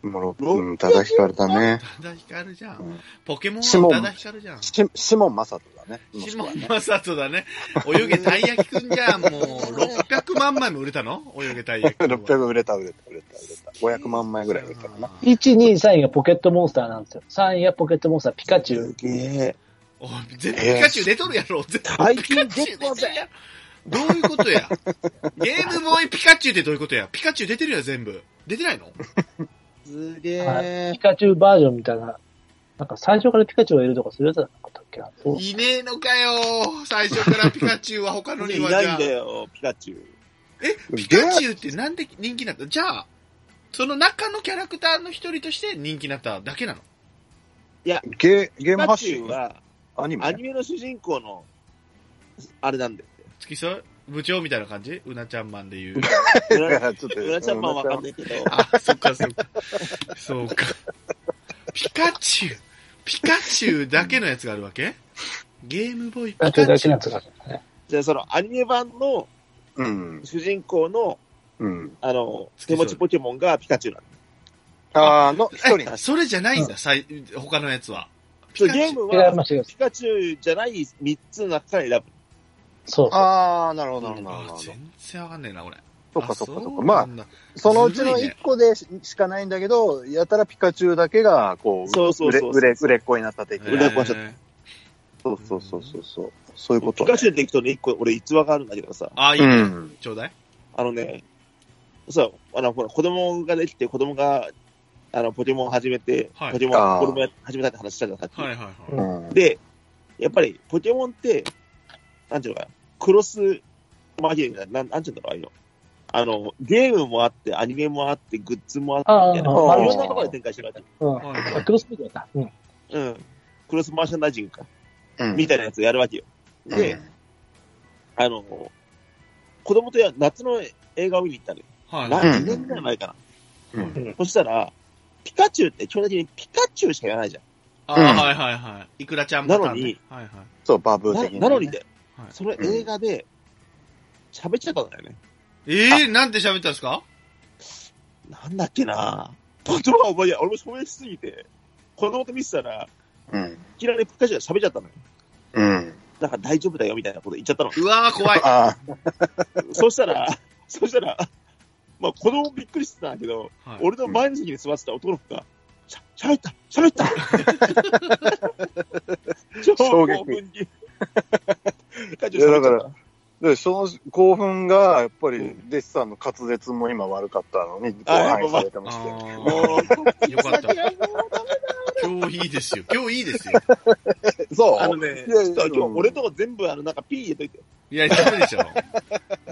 Speaker 1: もう、うん、ただひかるだね
Speaker 3: う。。宇多田ヒカルじゃ。
Speaker 1: うんん
Speaker 3: ポケモン
Speaker 1: シモン
Speaker 3: は宇多田ヒカルじゃん。
Speaker 1: し、シモンマサトだね。もし
Speaker 3: シ
Speaker 1: く
Speaker 3: モ
Speaker 1: は
Speaker 3: ン
Speaker 1: ね
Speaker 3: マサトだね。泳げたい焼きくんじゃん、もう。600万枚も売れたの泳げたい焼 きくんは。
Speaker 1: 600売れた、売れた、売れた、売れた。500万枚ぐらい売れたかな。
Speaker 2: 1、2、3位がポケットモンスターなんですよ。3位がポケットモンスター、ピカチュウ。
Speaker 4: すげえ。
Speaker 3: おい絶対ピカチュウ出とるやろ。絶対ピカチュウ出てるやろ。どういうことやゲームボーイピカチュウってどういうことやピカチュウ出てるやん全部。出てないの
Speaker 4: すげ
Speaker 2: は
Speaker 4: え
Speaker 2: ピ。カチュウバージョンみたいな。なんか最初からピカチュウがいるとかそういうやつだったっけな。そう
Speaker 3: いねえのかよ最初からピカチュウは他のに
Speaker 4: い
Speaker 3: は
Speaker 4: ない
Speaker 3: じゃあ
Speaker 4: んだよ、ピカチュウ。
Speaker 3: え、ピカチュウってなんで人気になったじゃあ、その中のキャラクターの一人として人気になっただけなの
Speaker 1: ゲー、ゲ
Speaker 4: ピ
Speaker 1: ーム
Speaker 4: カ
Speaker 1: 発
Speaker 4: チュ
Speaker 1: 信
Speaker 4: ウは、
Speaker 1: アニメ
Speaker 4: アニメの主人公の、あれな んだよ。
Speaker 3: 付き添い部長みたいな感じうなちゃんマンで言う。
Speaker 4: う
Speaker 1: い
Speaker 4: ら
Speaker 1: やちょっと
Speaker 4: うらちゃんマンわかんないけど、
Speaker 3: あ、そっかそっか。そうか。ピカチュウ。ピカチュウだけのやつがあるわけゲームボーイピ
Speaker 2: ピカ
Speaker 3: カ
Speaker 2: チュウだ
Speaker 3: チ
Speaker 2: けの
Speaker 3: ュ
Speaker 2: や。
Speaker 3: ウ
Speaker 2: つがあるんだね。
Speaker 4: じゃあそのアニメ版の
Speaker 1: うん。
Speaker 4: 主人公の、
Speaker 1: うん。
Speaker 4: あの、
Speaker 3: 付き
Speaker 4: 手
Speaker 3: 添
Speaker 4: 持
Speaker 3: い
Speaker 4: ちポケモンがピカチュウなの。
Speaker 1: あ の、一人
Speaker 3: え、それじゃないんだ、最他のやつは。ピ
Speaker 4: そう
Speaker 3: カチ
Speaker 4: ゲ
Speaker 3: ュ
Speaker 4: ー
Speaker 3: ウ。
Speaker 4: ム
Speaker 2: 違い
Speaker 4: は、
Speaker 2: ます、違います。
Speaker 4: ピカチュウじゃない3つの中から選ぶ。
Speaker 2: そうそう。
Speaker 1: ああ、なるほど、なるほど、なる
Speaker 3: あ
Speaker 1: ほど。
Speaker 3: 全然わかんねえな、俺。
Speaker 1: そっかそっかそっか。
Speaker 3: う
Speaker 1: ま
Speaker 3: な
Speaker 1: あ
Speaker 3: ん、だ
Speaker 1: そのうちの
Speaker 3: ずるいね
Speaker 1: 一個でししかないんだけど、やたらピカチュウだけが、こう、
Speaker 4: そうそうそうそう
Speaker 1: 売れ、売れ、売れっ子になった的
Speaker 4: 売
Speaker 1: な
Speaker 4: れっ。子になっちゃった
Speaker 3: えー
Speaker 1: そうそうそうそうそう。そういうこ
Speaker 4: ピ
Speaker 1: とね
Speaker 4: カ。チュウでいくとね、1個俺逸話があるんだけどさ、
Speaker 3: あ、いいうね。
Speaker 1: ん。
Speaker 3: ちょうだい。
Speaker 4: あのね、そう、あの、ほら、子供ができて、子供が、あの、ポケモンを始めて、
Speaker 3: はい
Speaker 4: ポケモ
Speaker 1: あ
Speaker 4: ン、
Speaker 1: ー
Speaker 4: 子供が始めたって話したじゃん、さっき
Speaker 3: はいはいはい。
Speaker 1: うん。
Speaker 4: で、やっぱり、ポケモンって、なんていうのかな、クロスマゲリな、なん、なんていうんだろう、ああいうの。あの、ゲームもあって、アニメもあって、グッズもあって、
Speaker 2: あー
Speaker 4: みたいな。
Speaker 2: あー
Speaker 4: まあ
Speaker 1: あー
Speaker 4: いろんなところで展開してるわけ。
Speaker 2: うん。
Speaker 3: はいはい
Speaker 2: あクロスメディアだ。うん。
Speaker 4: うん。クロスマーシャンダイジングか。
Speaker 1: うん
Speaker 4: みたいなやつをやるわけよ。で、
Speaker 1: うん
Speaker 4: あの、子供とや夏の映画を見に行ったのよ。
Speaker 3: はい
Speaker 4: な
Speaker 3: はい。
Speaker 1: うん
Speaker 4: 2年ぐらい前かな。
Speaker 1: うん
Speaker 4: そしたら、ピカチュウって基本的にピカチュウしか言わないじゃん。
Speaker 3: あ
Speaker 1: うん
Speaker 3: はいはいはい。いくらちゃんパターンね
Speaker 4: なのに、
Speaker 3: はいはい。
Speaker 1: そう、バブー
Speaker 4: な
Speaker 1: 的
Speaker 4: なのに。で、
Speaker 3: はい
Speaker 4: その映画で、喋っちゃったんだよね。
Speaker 3: ええー、なんて喋ったんですか
Speaker 4: なんだっけな言葉を覚えない。俺も喋りしすぎて、子供と見てたら、
Speaker 1: うん。
Speaker 4: いきなりピカチュウが喋っちゃったのよ。
Speaker 1: うん。
Speaker 4: だから大丈夫だよみたいなこと言っちゃったの。
Speaker 3: うわー、怖い。
Speaker 1: ああ、
Speaker 4: そしたら、そしたら、まあ子供びっくりしてたんだけど、
Speaker 3: はい
Speaker 4: 俺の前の席に座ってた男の子が、しゃ、しゃべったしゃべった 超興奮に。課長
Speaker 1: いやだか
Speaker 4: 喋っちゃ
Speaker 1: ら
Speaker 4: っ
Speaker 1: で、その興奮が、やっぱり、弟子さんの滑舌も今悪かったのに、ご
Speaker 4: あ
Speaker 1: 飯されてまして。
Speaker 4: た
Speaker 3: あ
Speaker 4: も
Speaker 3: あ、よかった
Speaker 4: う、。
Speaker 3: 今日いいですよ。今日いいですよ。
Speaker 1: そう
Speaker 4: あのね、
Speaker 1: い
Speaker 4: ち
Speaker 1: やいや
Speaker 4: ょっと今日俺とこ全部あの、なんかピー入れといて。
Speaker 3: いや、ダメでしょ。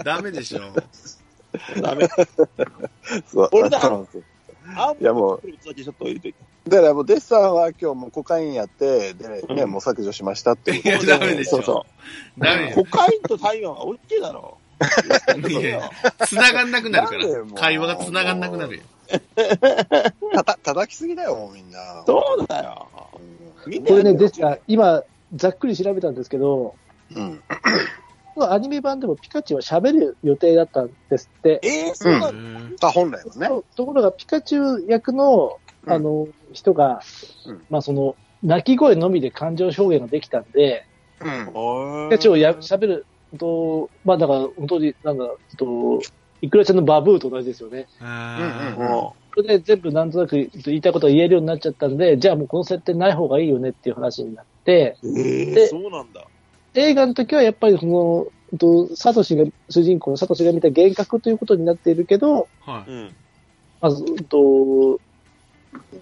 Speaker 3: ダメでしょ。
Speaker 4: ダメ。
Speaker 1: そう
Speaker 4: 俺だ
Speaker 1: そうなんですよ
Speaker 4: あん
Speaker 1: いやもう
Speaker 4: これだけちょっと入れといて。
Speaker 1: だからもう、弟子さんは今日もうコカインやって、で、ね、もう削除しましたっていうこと。
Speaker 3: いやダメでしょ
Speaker 1: そうそ
Speaker 3: ダメ
Speaker 4: コカインと体温は OK だろ。
Speaker 3: ですよいや。繋がんなくなるか
Speaker 1: なんで
Speaker 3: ら。
Speaker 1: もう
Speaker 3: 会話が繋がんなくなるよ。
Speaker 1: う。た た、叩きすぎだよ、もうみんな。
Speaker 4: そうだよ。
Speaker 1: う
Speaker 4: みんな
Speaker 2: これ
Speaker 4: やる
Speaker 2: ね、
Speaker 4: よ
Speaker 2: ですが、今、ざっくり調べたんですけど、
Speaker 1: ん。うん。
Speaker 2: アニメ版でもピカチュウは喋る予定だったんですって。
Speaker 4: えー、そうなんだ。
Speaker 3: うん
Speaker 1: あ、本来はね。
Speaker 2: とところが、ピカチュウ役の、
Speaker 1: うん
Speaker 2: あの、人が、
Speaker 1: うん
Speaker 2: まあその、泣き声のみで感情表現ができたんで、
Speaker 1: うん。
Speaker 2: ピカチュウをや喋ると、まあだから、本当に、なんだ、と、イクラちゃんのバブーと同じですよね。
Speaker 3: あ
Speaker 1: うん
Speaker 3: ー
Speaker 1: うん
Speaker 4: も
Speaker 2: それで全部なんとなく言いたいことが言えるようになっちゃったんで、じゃあもうこの設定ない方がいいよねっていう話になって、
Speaker 4: う、えー、
Speaker 2: で
Speaker 4: そうなんだ。
Speaker 2: 映画の時はやっぱりその、うんとサトシが、主人公のサトシが見た幻覚ということになっているけど、
Speaker 3: は
Speaker 4: う
Speaker 3: い。
Speaker 4: ん。
Speaker 2: まあ、うんと、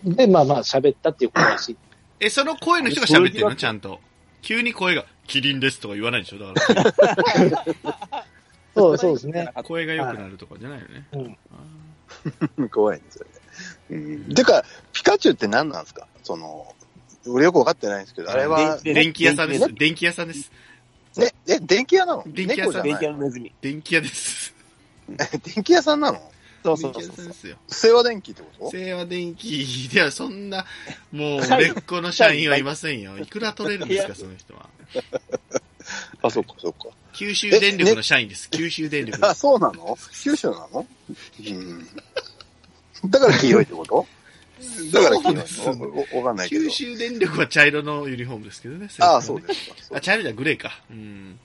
Speaker 2: で、まあまあ喋ったっていうことらしい。
Speaker 3: え、その声の人が喋ってるのちゃんと。急に声が、キリンですとか言わないでしょだから。
Speaker 2: そうそうですね。
Speaker 3: 声が良くなるとかじゃないよね。
Speaker 2: うん
Speaker 3: あ
Speaker 1: 怖いんですよね。うん。てか、ピカチュウって何なんですかその、俺よくわかってないんですけど、あれは、
Speaker 3: ー
Speaker 4: で
Speaker 3: 電気屋さんで
Speaker 4: 電
Speaker 3: す。電気屋さんです。
Speaker 1: ね、え、電気屋なの
Speaker 3: 電気屋さん
Speaker 4: 電
Speaker 1: 猫
Speaker 4: 気
Speaker 1: じゃ
Speaker 4: 屋
Speaker 1: ない
Speaker 4: のネズミ。
Speaker 3: 電気屋です。
Speaker 1: 電気屋さんなの
Speaker 4: そうそ
Speaker 3: 電
Speaker 4: う
Speaker 3: 気屋
Speaker 4: そう
Speaker 3: さんですよ。
Speaker 1: 世話電気ってこと
Speaker 3: 清和電機ではそんな、もう、根っこの社員はいませんよ。いくら取れるんですか、その人は。
Speaker 1: あ、そっかそっか。
Speaker 3: 九州電力の社員です。九州電力の
Speaker 1: あ、。そうなの九州なのうん。だから黄色いってことだから黄色い
Speaker 3: そう
Speaker 1: のわわかんないけど
Speaker 3: 九。州電力は茶色のユニフォームですけどね。
Speaker 1: ああ、そう
Speaker 3: す。
Speaker 1: ですかそう
Speaker 3: あ、茶色じゃグレーか。うん。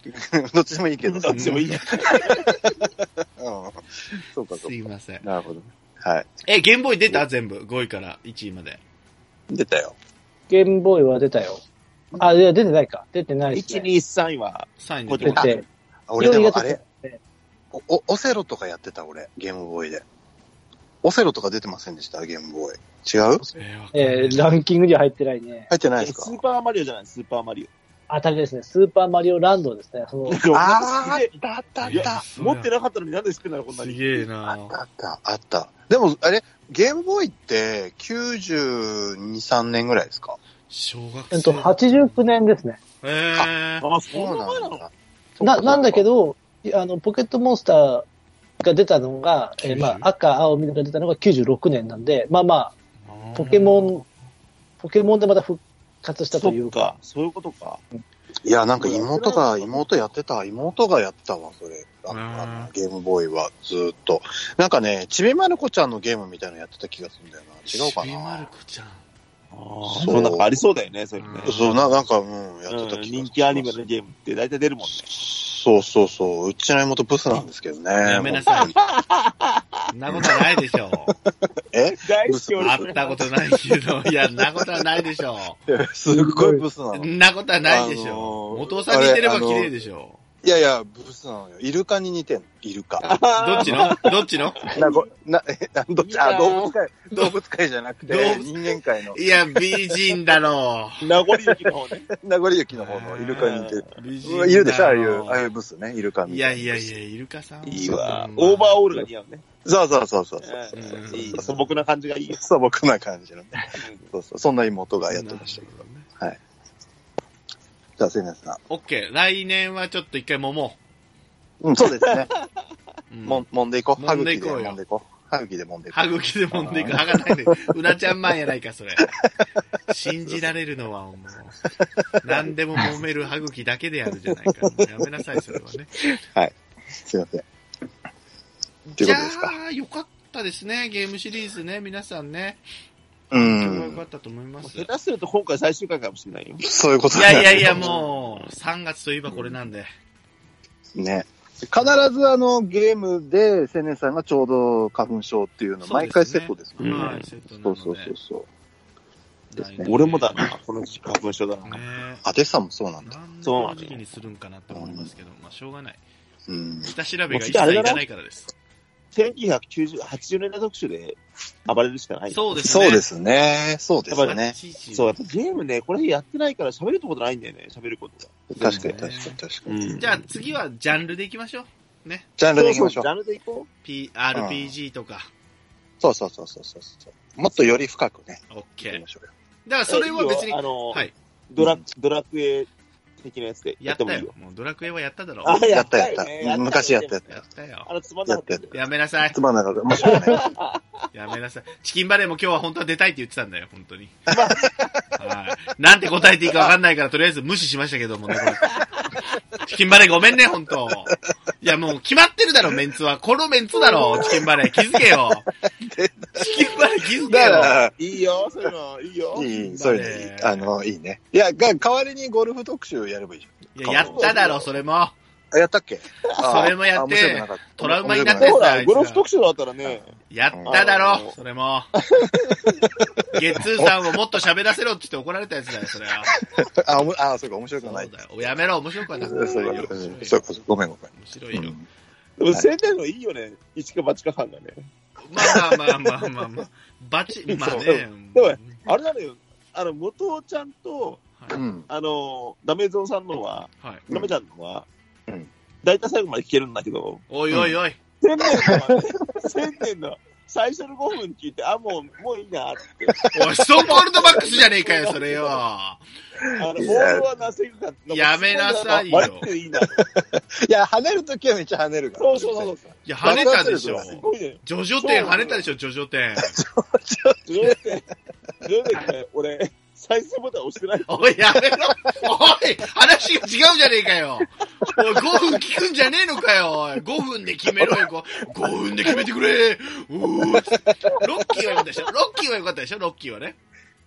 Speaker 1: どっちでもいいけど。
Speaker 4: どっちでもいいや。
Speaker 1: うんそうか、そ
Speaker 3: す
Speaker 1: う
Speaker 3: いません
Speaker 1: か。。なるほどね。はい。
Speaker 3: え、ゲームボーイ出た全部。5位から1位まで。
Speaker 1: 出たよ。
Speaker 2: ゲームボーイは出たよ。あ、いや、出てないか。出てないです、
Speaker 4: 1、2、
Speaker 2: ね。
Speaker 4: 3位は、
Speaker 3: 3位
Speaker 4: こ
Speaker 3: に出
Speaker 4: っち
Speaker 3: て
Speaker 2: 出
Speaker 3: ます。
Speaker 2: て。
Speaker 1: あ俺で
Speaker 2: 4
Speaker 1: も
Speaker 2: 位
Speaker 1: あ
Speaker 2: が出
Speaker 1: れ
Speaker 2: て、たんで
Speaker 1: おおオセロとかやってた俺、ゲームボーイで。オセロとか出てませんでしたゲームボーイ。違う
Speaker 3: えーわかんない
Speaker 2: えー、ランキングには入ってないね。
Speaker 1: 入ってないですか
Speaker 4: スーパーマリオじゃない、スーパーマリ
Speaker 2: あたりですね。スーパーマリオランドですね。その
Speaker 4: オ。、なんか
Speaker 1: あ
Speaker 4: 俺
Speaker 1: ー、あったあっ
Speaker 3: いや
Speaker 1: た。
Speaker 4: すげえ持ってなかったのになんで知ってんだろ、こんな
Speaker 3: す
Speaker 4: に。
Speaker 3: げえ
Speaker 1: あ
Speaker 3: な
Speaker 1: ったあった、あった。でも、あれ、ゲームボーイって92、3年ぐらいですか
Speaker 3: 小学
Speaker 2: え
Speaker 3: 生。
Speaker 2: っと、89年ですね。
Speaker 3: えー。
Speaker 4: あ、そんな前なの
Speaker 1: だ。
Speaker 2: な、なんだけど、いあの、ポケットモンスターが出たのが、えーまあ、赤、青、緑が出たのが96年なんで、まあまあ、ポケモン、ポケモンでまた復活したとい
Speaker 4: そうっ
Speaker 2: か、
Speaker 4: か、そういうことか。
Speaker 1: いや、なんか妹が、妹やってた、妹がやってたわ、それ。あのあのゲームボーイは、ずーっと。なんかね、ちびまる子ちゃんのゲームみたいなのやってた気がするんだよな。違うか
Speaker 3: ちびまる
Speaker 1: な。
Speaker 3: 子ちゃん。
Speaker 1: そう
Speaker 4: そう、なんかありそうだよね、そういうのね。
Speaker 3: 子
Speaker 1: そう、な、なんか、うん、やってた気がす
Speaker 4: う
Speaker 1: る
Speaker 4: ん、人気アニメのゲームって大体出るもんね。
Speaker 1: そうそうそう。うちの妹ブスなんですけどね。
Speaker 3: やめなさい。そんなことないでしょ。
Speaker 1: え
Speaker 4: 大好き、
Speaker 3: 会
Speaker 4: 俺。
Speaker 3: ったことないけど、いや、んなことはないでしょ。
Speaker 1: すっごいブスなの。
Speaker 3: んなことはないでし
Speaker 1: あの
Speaker 3: ょ。
Speaker 1: ー
Speaker 3: 元さん似てれば綺麗でしょ。
Speaker 1: いやいや、ブスなのよ。イルカに似てんの。イルカ。
Speaker 3: どっちのどっちの
Speaker 1: な、ご、な、え、などっち、
Speaker 4: いいな
Speaker 1: あ、
Speaker 4: ぁ
Speaker 1: 動物界、動物界じゃなく
Speaker 3: 動
Speaker 1: て、
Speaker 3: 物
Speaker 1: 人間界 の、
Speaker 3: いや、美人だろ
Speaker 4: 名残雪の方ね。
Speaker 1: 名残雪の方のイルカに似てる。
Speaker 3: う。美人
Speaker 1: うわ
Speaker 3: だろ
Speaker 1: いるでしょああいう、ああいうブスね、イルカみ
Speaker 3: い
Speaker 1: た
Speaker 3: や
Speaker 1: いな。
Speaker 3: いやいや、イルカさん。
Speaker 4: いいわ
Speaker 3: うん。
Speaker 4: オーバーオールが似合うね。
Speaker 1: そうそうそうそうそう。
Speaker 4: うんいい、素朴な感じがいいよ。
Speaker 1: 素朴な感じのね。そうそう。そんな妹がやってましたけど。
Speaker 3: ね。
Speaker 1: じゃあ、せなさん。
Speaker 3: オッケー。来年はちょっと一回揉も
Speaker 1: うん、そうですね。
Speaker 3: う。うん
Speaker 1: もん、揉んでいこう。
Speaker 3: 揉
Speaker 1: 歯
Speaker 3: んで
Speaker 1: 茎
Speaker 3: い
Speaker 1: で
Speaker 3: こうよ
Speaker 1: 揉んでいこう。歯茎で揉んでいこ
Speaker 3: 歯茎で揉んでいく。歯がないで。うなちゃんマンやないか、それ。信じられるのは、もう。何でも揉める歯茎だけでやるじゃないか。もうやめなさい、それはね。
Speaker 1: う。すいません。という
Speaker 3: じ
Speaker 1: こ
Speaker 3: ゃ
Speaker 1: とですか。
Speaker 3: あ、よかったですね。ゲームシリーズね、皆さんね。
Speaker 1: う
Speaker 3: よか
Speaker 1: ん。
Speaker 3: ったと思います。
Speaker 4: 下手すると今回最終回かもしれないよ。
Speaker 1: そういうこと
Speaker 3: い
Speaker 1: にな
Speaker 3: や
Speaker 1: る
Speaker 3: いやいや、もう、3月といえばこれなんで。
Speaker 1: ね。必ずあのゲームで青年さんがちょうど花粉症っていうの、毎回セットですもんね。
Speaker 3: は
Speaker 1: うん
Speaker 3: い、セットな
Speaker 1: そ
Speaker 3: の
Speaker 1: うそう
Speaker 3: で。
Speaker 1: そうそう。ですね
Speaker 4: 俺もだな、この時期花粉症だな。
Speaker 3: ね
Speaker 1: あ、デッサンもそうなんだ。
Speaker 3: なんで
Speaker 4: そう
Speaker 3: この
Speaker 4: なの
Speaker 3: 時
Speaker 4: よ
Speaker 3: 期にするんかなって思いますけど、まあしょうがない。
Speaker 1: うん。
Speaker 3: 下調べが一切い
Speaker 4: もう次あれだ
Speaker 3: ら
Speaker 4: ろ
Speaker 3: ないからです。
Speaker 4: 1990、80年代特集で暴れるしかない。
Speaker 3: そうですね。
Speaker 1: そうですね。そうです
Speaker 4: だ
Speaker 1: ね。
Speaker 3: す
Speaker 4: そう、やっぱゲームね、これやってないから喋ることないんだよね、喋ることが。
Speaker 1: 確かに確かに確かに。
Speaker 4: に
Speaker 3: じゃあ次はジャンルでいきましょう。
Speaker 1: ジャンル
Speaker 4: そ
Speaker 1: で
Speaker 4: う
Speaker 1: いき
Speaker 4: そう、
Speaker 1: ま
Speaker 4: ジ
Speaker 1: しょう。
Speaker 4: ャンルでいこ
Speaker 3: P、RPG とか。
Speaker 1: そうそうそうそうそうそう。もっとより深くね、
Speaker 3: オッケ
Speaker 1: いき
Speaker 3: ー。
Speaker 1: ましょうよ。
Speaker 3: だから
Speaker 4: う。
Speaker 3: それは別に
Speaker 4: いいよあ、の、
Speaker 3: はい。
Speaker 4: ドラ、ドラクエ的なやつで
Speaker 3: や
Speaker 4: や
Speaker 3: っ
Speaker 4: っても
Speaker 3: た
Speaker 4: いいよ
Speaker 3: よ。。もうドラクエはやっただろ。
Speaker 4: あ
Speaker 1: やったやっ
Speaker 4: ね
Speaker 1: た。昔やったやっ
Speaker 3: や
Speaker 1: た。
Speaker 3: った
Speaker 4: あ
Speaker 3: よ。
Speaker 4: の、つまんなかったやつ。
Speaker 3: やめなさい
Speaker 1: つ。まんなかった。面白いね。
Speaker 3: やめなさい。チキンバレーも今日は本当は出たいって言ってたんだよ、本当に。はい。なんて答えていいかわかんないから、とりあえず無視しましたけどもね、これチキンバレーごめんね、本当いや、もう決まってるだろ、メンツは。このメンツだろ、チキンバレー。気づけよ。チキンバレー気づけ
Speaker 1: だか
Speaker 3: よ。
Speaker 1: ら、
Speaker 4: いいよ、そういうの、いいよ。
Speaker 1: いい、そういうの、あの、いいね。いや、が、代わりにゴルフ特集やればいいじゃん。
Speaker 3: いや、やっただろ、それも。
Speaker 1: あ、やったっけあ
Speaker 3: それもやって
Speaker 1: あ面白くなかた
Speaker 3: トラウマになっ
Speaker 1: 面
Speaker 3: て
Speaker 1: 白
Speaker 4: ほ
Speaker 1: く
Speaker 4: ら、ゴルフ特集だったらね、
Speaker 3: やっただろ、それも。ゲッツーさんをもっと喋らせろって言って怒られたやつだよ、それは。
Speaker 1: なかったあおも、あ、 そうか、面白
Speaker 3: そ
Speaker 1: く
Speaker 3: う
Speaker 1: な
Speaker 3: だ
Speaker 1: い。
Speaker 3: よ。やめろ、面白くはな
Speaker 1: そう
Speaker 3: く
Speaker 1: そう
Speaker 3: なるよ
Speaker 1: うんそうこそ、ごめんごめん。
Speaker 3: 面白いよ。
Speaker 4: でも仙台のいいよね、一か八か半がね。
Speaker 3: まあまあまあまあまあまあ。バチ、まあね。
Speaker 4: そうだよあれなのよ、あの、元尾ちゃんと、
Speaker 3: はい
Speaker 1: うん。
Speaker 4: あの、ダメゾウさんのは、
Speaker 3: はい。
Speaker 1: うん
Speaker 4: ダメちゃんのは
Speaker 1: うん、
Speaker 4: 大体最後まで聞けるんだけど、
Speaker 3: おいおいおい。
Speaker 4: 千年のはね、千年の最初の5分聞いて、あ、もう、もういいなって。
Speaker 3: おい、ストーンコールドバックスじゃねえかよ、それよ。
Speaker 4: あの、ボールはなせるかって
Speaker 3: やめなさいよ
Speaker 4: 割っていいな。
Speaker 1: いや、跳ねるときはめっちゃ跳ねるから。
Speaker 4: そうそうそうそう。
Speaker 3: いや、跳ねたでしょ。
Speaker 4: すごいね。
Speaker 3: ジョジョ店跳ねたでしょ、ジョジョ店。
Speaker 4: ジョーデン、ジョーデンね、俺、再生ボタン押してない。
Speaker 3: おい、やめろ。おい、話が違うじゃねえかよ。おい、5分聞くんじゃねえのかよ。おい5分で決めろよ。こう5分で決めてくれ。うーロッキーはよかったでしょ。ロッキーはよかったでしょ、ロッキーはね。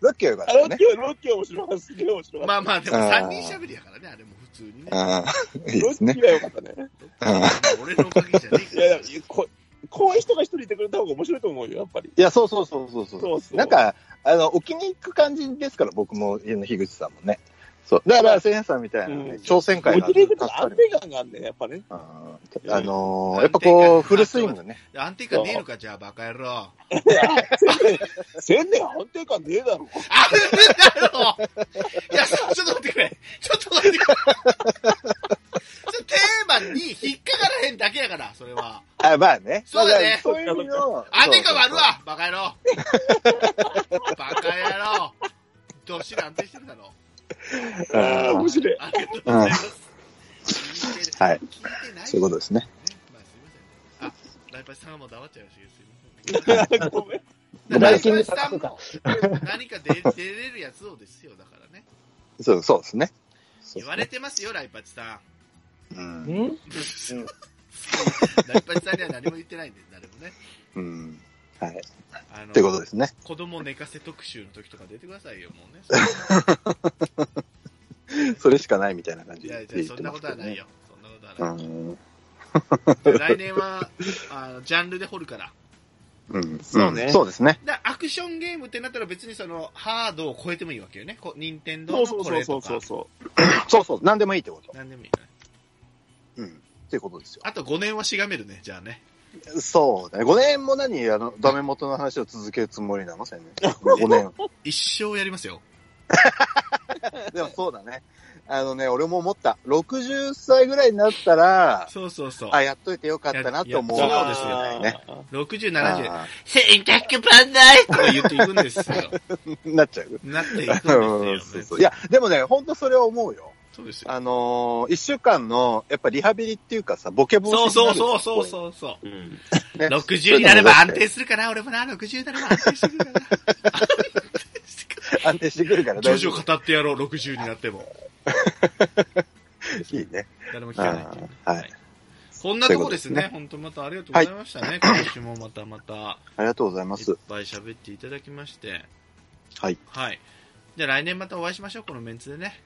Speaker 1: ロッキーはよかっ
Speaker 4: あロ
Speaker 1: たね
Speaker 4: ッキ。ーはロッキーは面白かった。すげえ面白かった。
Speaker 3: まあまあ、でも3人喋りやからね、あれも普通にね。
Speaker 1: ああ、いい
Speaker 4: ロ
Speaker 1: です
Speaker 4: ッ
Speaker 1: ね
Speaker 4: キ。ーは良かったね。
Speaker 3: 俺のおかげじゃねえ
Speaker 4: い
Speaker 3: か
Speaker 4: や、
Speaker 3: ら
Speaker 4: で。もここういう人が一人いてくれた方が面白いと思うよ、やっぱり。
Speaker 1: いや、そうそうそうそうそう。
Speaker 4: そうそう。
Speaker 1: なん、か、あの、置きに行く感じですから、僕も、家の樋口さんもね。そう。だから、センさんみたいなね
Speaker 4: うん
Speaker 1: 挑戦会があ
Speaker 4: モ
Speaker 1: ると
Speaker 4: チ
Speaker 1: 助
Speaker 4: ベーション
Speaker 1: か
Speaker 4: 安
Speaker 1: る。
Speaker 4: 定感があんね、やっぱね。
Speaker 1: あーあのー、やっぱこう、フルスイングね。
Speaker 3: 安定感ねえのか、じゃあ、 バカ野郎。
Speaker 4: 千年安定感ねえだろ。
Speaker 3: あるだろいや、そちょっと待ってくれ。ちょっと待ってくれ。それテーマに引っかからへんだけやから、それは。
Speaker 1: あ、まあね。
Speaker 3: そうだね
Speaker 1: まあそういう意味の。
Speaker 3: 安定感はあるわ、バカ野郎。バカ野郎。どっしり安定してるだろ。
Speaker 1: そうそうそう。あー
Speaker 4: 面白い。
Speaker 3: ありがとうございます。聞いてる
Speaker 1: はい。
Speaker 3: 聞いてない。
Speaker 1: そういうことですね。
Speaker 3: ねまあ、すいません。あ、ライパチさんはもう黙っちゃいましたけど、すいません。
Speaker 4: ごめん。
Speaker 3: ライパチさんも何か出出れるやつをですよ、だからね。
Speaker 1: そう、そうですね。
Speaker 3: 言われてますよ、ライパチさん。
Speaker 1: うん。
Speaker 2: ん
Speaker 3: ライパチさんには何も言ってないんで、誰もね。
Speaker 1: うん。はい。
Speaker 3: あの
Speaker 1: ということですね。
Speaker 3: 子供寝かせ特集の時とか出てくださいよ、も うね。
Speaker 1: それしかないみたいな感じ
Speaker 3: いや
Speaker 1: で
Speaker 3: いや、
Speaker 1: 言
Speaker 3: そ
Speaker 1: っ
Speaker 3: ん
Speaker 1: て
Speaker 3: な
Speaker 1: ま
Speaker 3: こ
Speaker 1: す
Speaker 3: と
Speaker 1: けど
Speaker 3: はない
Speaker 1: ね。
Speaker 3: よ。そんなこと
Speaker 1: う
Speaker 3: は
Speaker 1: ん。
Speaker 3: ない。来年はあのジャンルで掘るから。
Speaker 1: うん。
Speaker 4: そうね
Speaker 1: んそうですね。
Speaker 3: だアクションゲームってなったら別にそのハードを超えてもいいわけよね。こ任天堂
Speaker 4: そう
Speaker 3: のこ
Speaker 4: そうそう
Speaker 3: れ
Speaker 4: そ
Speaker 3: と
Speaker 4: うそ
Speaker 3: か
Speaker 4: う。そ
Speaker 1: そうそう。何でもいいってこと。
Speaker 3: 何でもいいね。
Speaker 1: うん。っていうことですよ。
Speaker 3: あと5年はしがめるね、じゃあね。
Speaker 1: そうだね。5年も何、あの、ダメ元の話を続けるつもりなの千年。5年。
Speaker 3: 一生やりますよ。
Speaker 1: でもそうだね。あのね、俺も思った。60歳ぐらいになったら、
Speaker 3: そうそうそう。
Speaker 1: あ、やっといてよかったなと思う。
Speaker 4: う。
Speaker 3: いやそうですよ
Speaker 1: ね
Speaker 4: あ
Speaker 3: 60、70、
Speaker 1: あ
Speaker 3: 洗濯ばんないとか言っていくんですよ。
Speaker 1: ーなっちゃう。
Speaker 3: なっていくんです
Speaker 1: う
Speaker 3: よ
Speaker 1: ん
Speaker 3: ね。
Speaker 1: そうそういや、でもね、ほんとそれは思うよ。
Speaker 3: そうですよ。
Speaker 1: あのー一週間の、やっぱリハビリっていうかさ、ボケ防止
Speaker 3: そうそうそ
Speaker 1: う。
Speaker 3: うそうそうそう。
Speaker 4: うん。
Speaker 1: ね
Speaker 3: 60になれば安定するかな、俺もな、60になれば安定してく るかな。
Speaker 1: 安定してくるから
Speaker 3: 徐
Speaker 1: 大丈
Speaker 3: 々
Speaker 1: 夫。
Speaker 3: 語ってやろう、60になって も。
Speaker 1: いいね。
Speaker 3: 誰も聞
Speaker 1: あ
Speaker 3: かないっていうね。
Speaker 1: ーはい。
Speaker 3: こんなとこです
Speaker 1: そうい
Speaker 3: ね。
Speaker 1: う
Speaker 3: 本当またありがとうございましたね。今週もまたまた、
Speaker 1: ありがとうございま
Speaker 3: いっ
Speaker 1: す。
Speaker 3: ぱい喋っていただきまして。
Speaker 1: はい。
Speaker 3: はい。じゃあ来年またお会いしましょう、このメンツでね。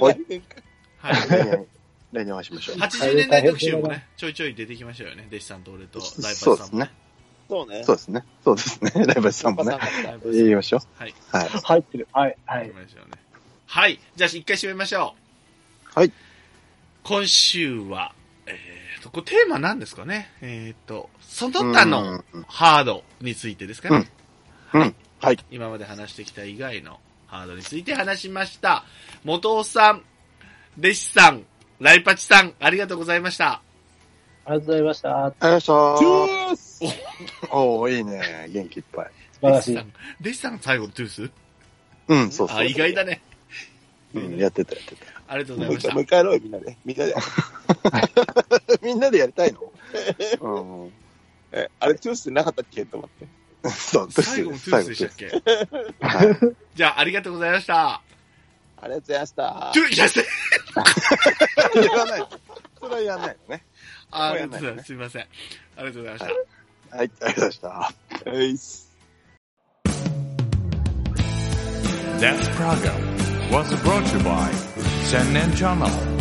Speaker 1: おい
Speaker 4: 来年か
Speaker 3: はい。
Speaker 1: はい来年お会いしましょう。
Speaker 3: 80年代特集もね、ちょいちょい出てきましたよね。弟子さんと俺と、ライパ
Speaker 1: そ
Speaker 3: ー
Speaker 1: うで
Speaker 3: さん
Speaker 1: す
Speaker 3: も。
Speaker 1: ね。
Speaker 4: そうね。
Speaker 1: そうですね。そうです ね。ライバルさんもね。
Speaker 3: ライパーさん
Speaker 1: 言いましょう。
Speaker 3: はい。
Speaker 1: はい。
Speaker 2: 入ってる。はい、は
Speaker 3: 行
Speaker 2: い
Speaker 3: き。ましょうねはい。じゃあ、一回締めましょう。
Speaker 1: はい。
Speaker 3: 今週は、えーと、これテーマなんですかねえっ、と、その他の
Speaker 1: うん
Speaker 3: ハードについてですかね、
Speaker 1: うんうんはい。
Speaker 3: 今まで話してきた以外のハードについて話しました。元尾さん、弟子さん、ライパチさん、ありがとうございました。
Speaker 2: ありがとうございました。
Speaker 1: ありがとうご
Speaker 4: チ
Speaker 1: ざいまし
Speaker 4: ュース
Speaker 1: た。おおいいね。元気いっぱい。
Speaker 2: 素晴らしい
Speaker 3: 弟子さ。ん、弟子さん最後のトゥース
Speaker 1: うん、そうそう。
Speaker 3: あ、意外だね。
Speaker 1: うん、やってた、やってた。
Speaker 3: ありがとうござ
Speaker 4: も
Speaker 3: いうま
Speaker 4: 一
Speaker 3: し
Speaker 4: 回、
Speaker 3: た
Speaker 4: もう。一回やろうよ、みんなで。みんなで。
Speaker 1: みんなでやりたい の うん。
Speaker 4: えあれ、チュースってなかったっけと思って。
Speaker 1: そう、
Speaker 3: 最後のトゥースでしたっけ
Speaker 1: 最後トゥース
Speaker 3: じゃあ、ありがとうございました。
Speaker 4: ありがとうございました
Speaker 3: ト。ゥー、いやせ
Speaker 1: はいやらない。それはやらないのね。
Speaker 3: ありがとうございます。すみません。ありがとうございました。
Speaker 1: はい、ありがとうございました。
Speaker 4: ういっす
Speaker 5: That's Praga was brought to you by Sennen Channel.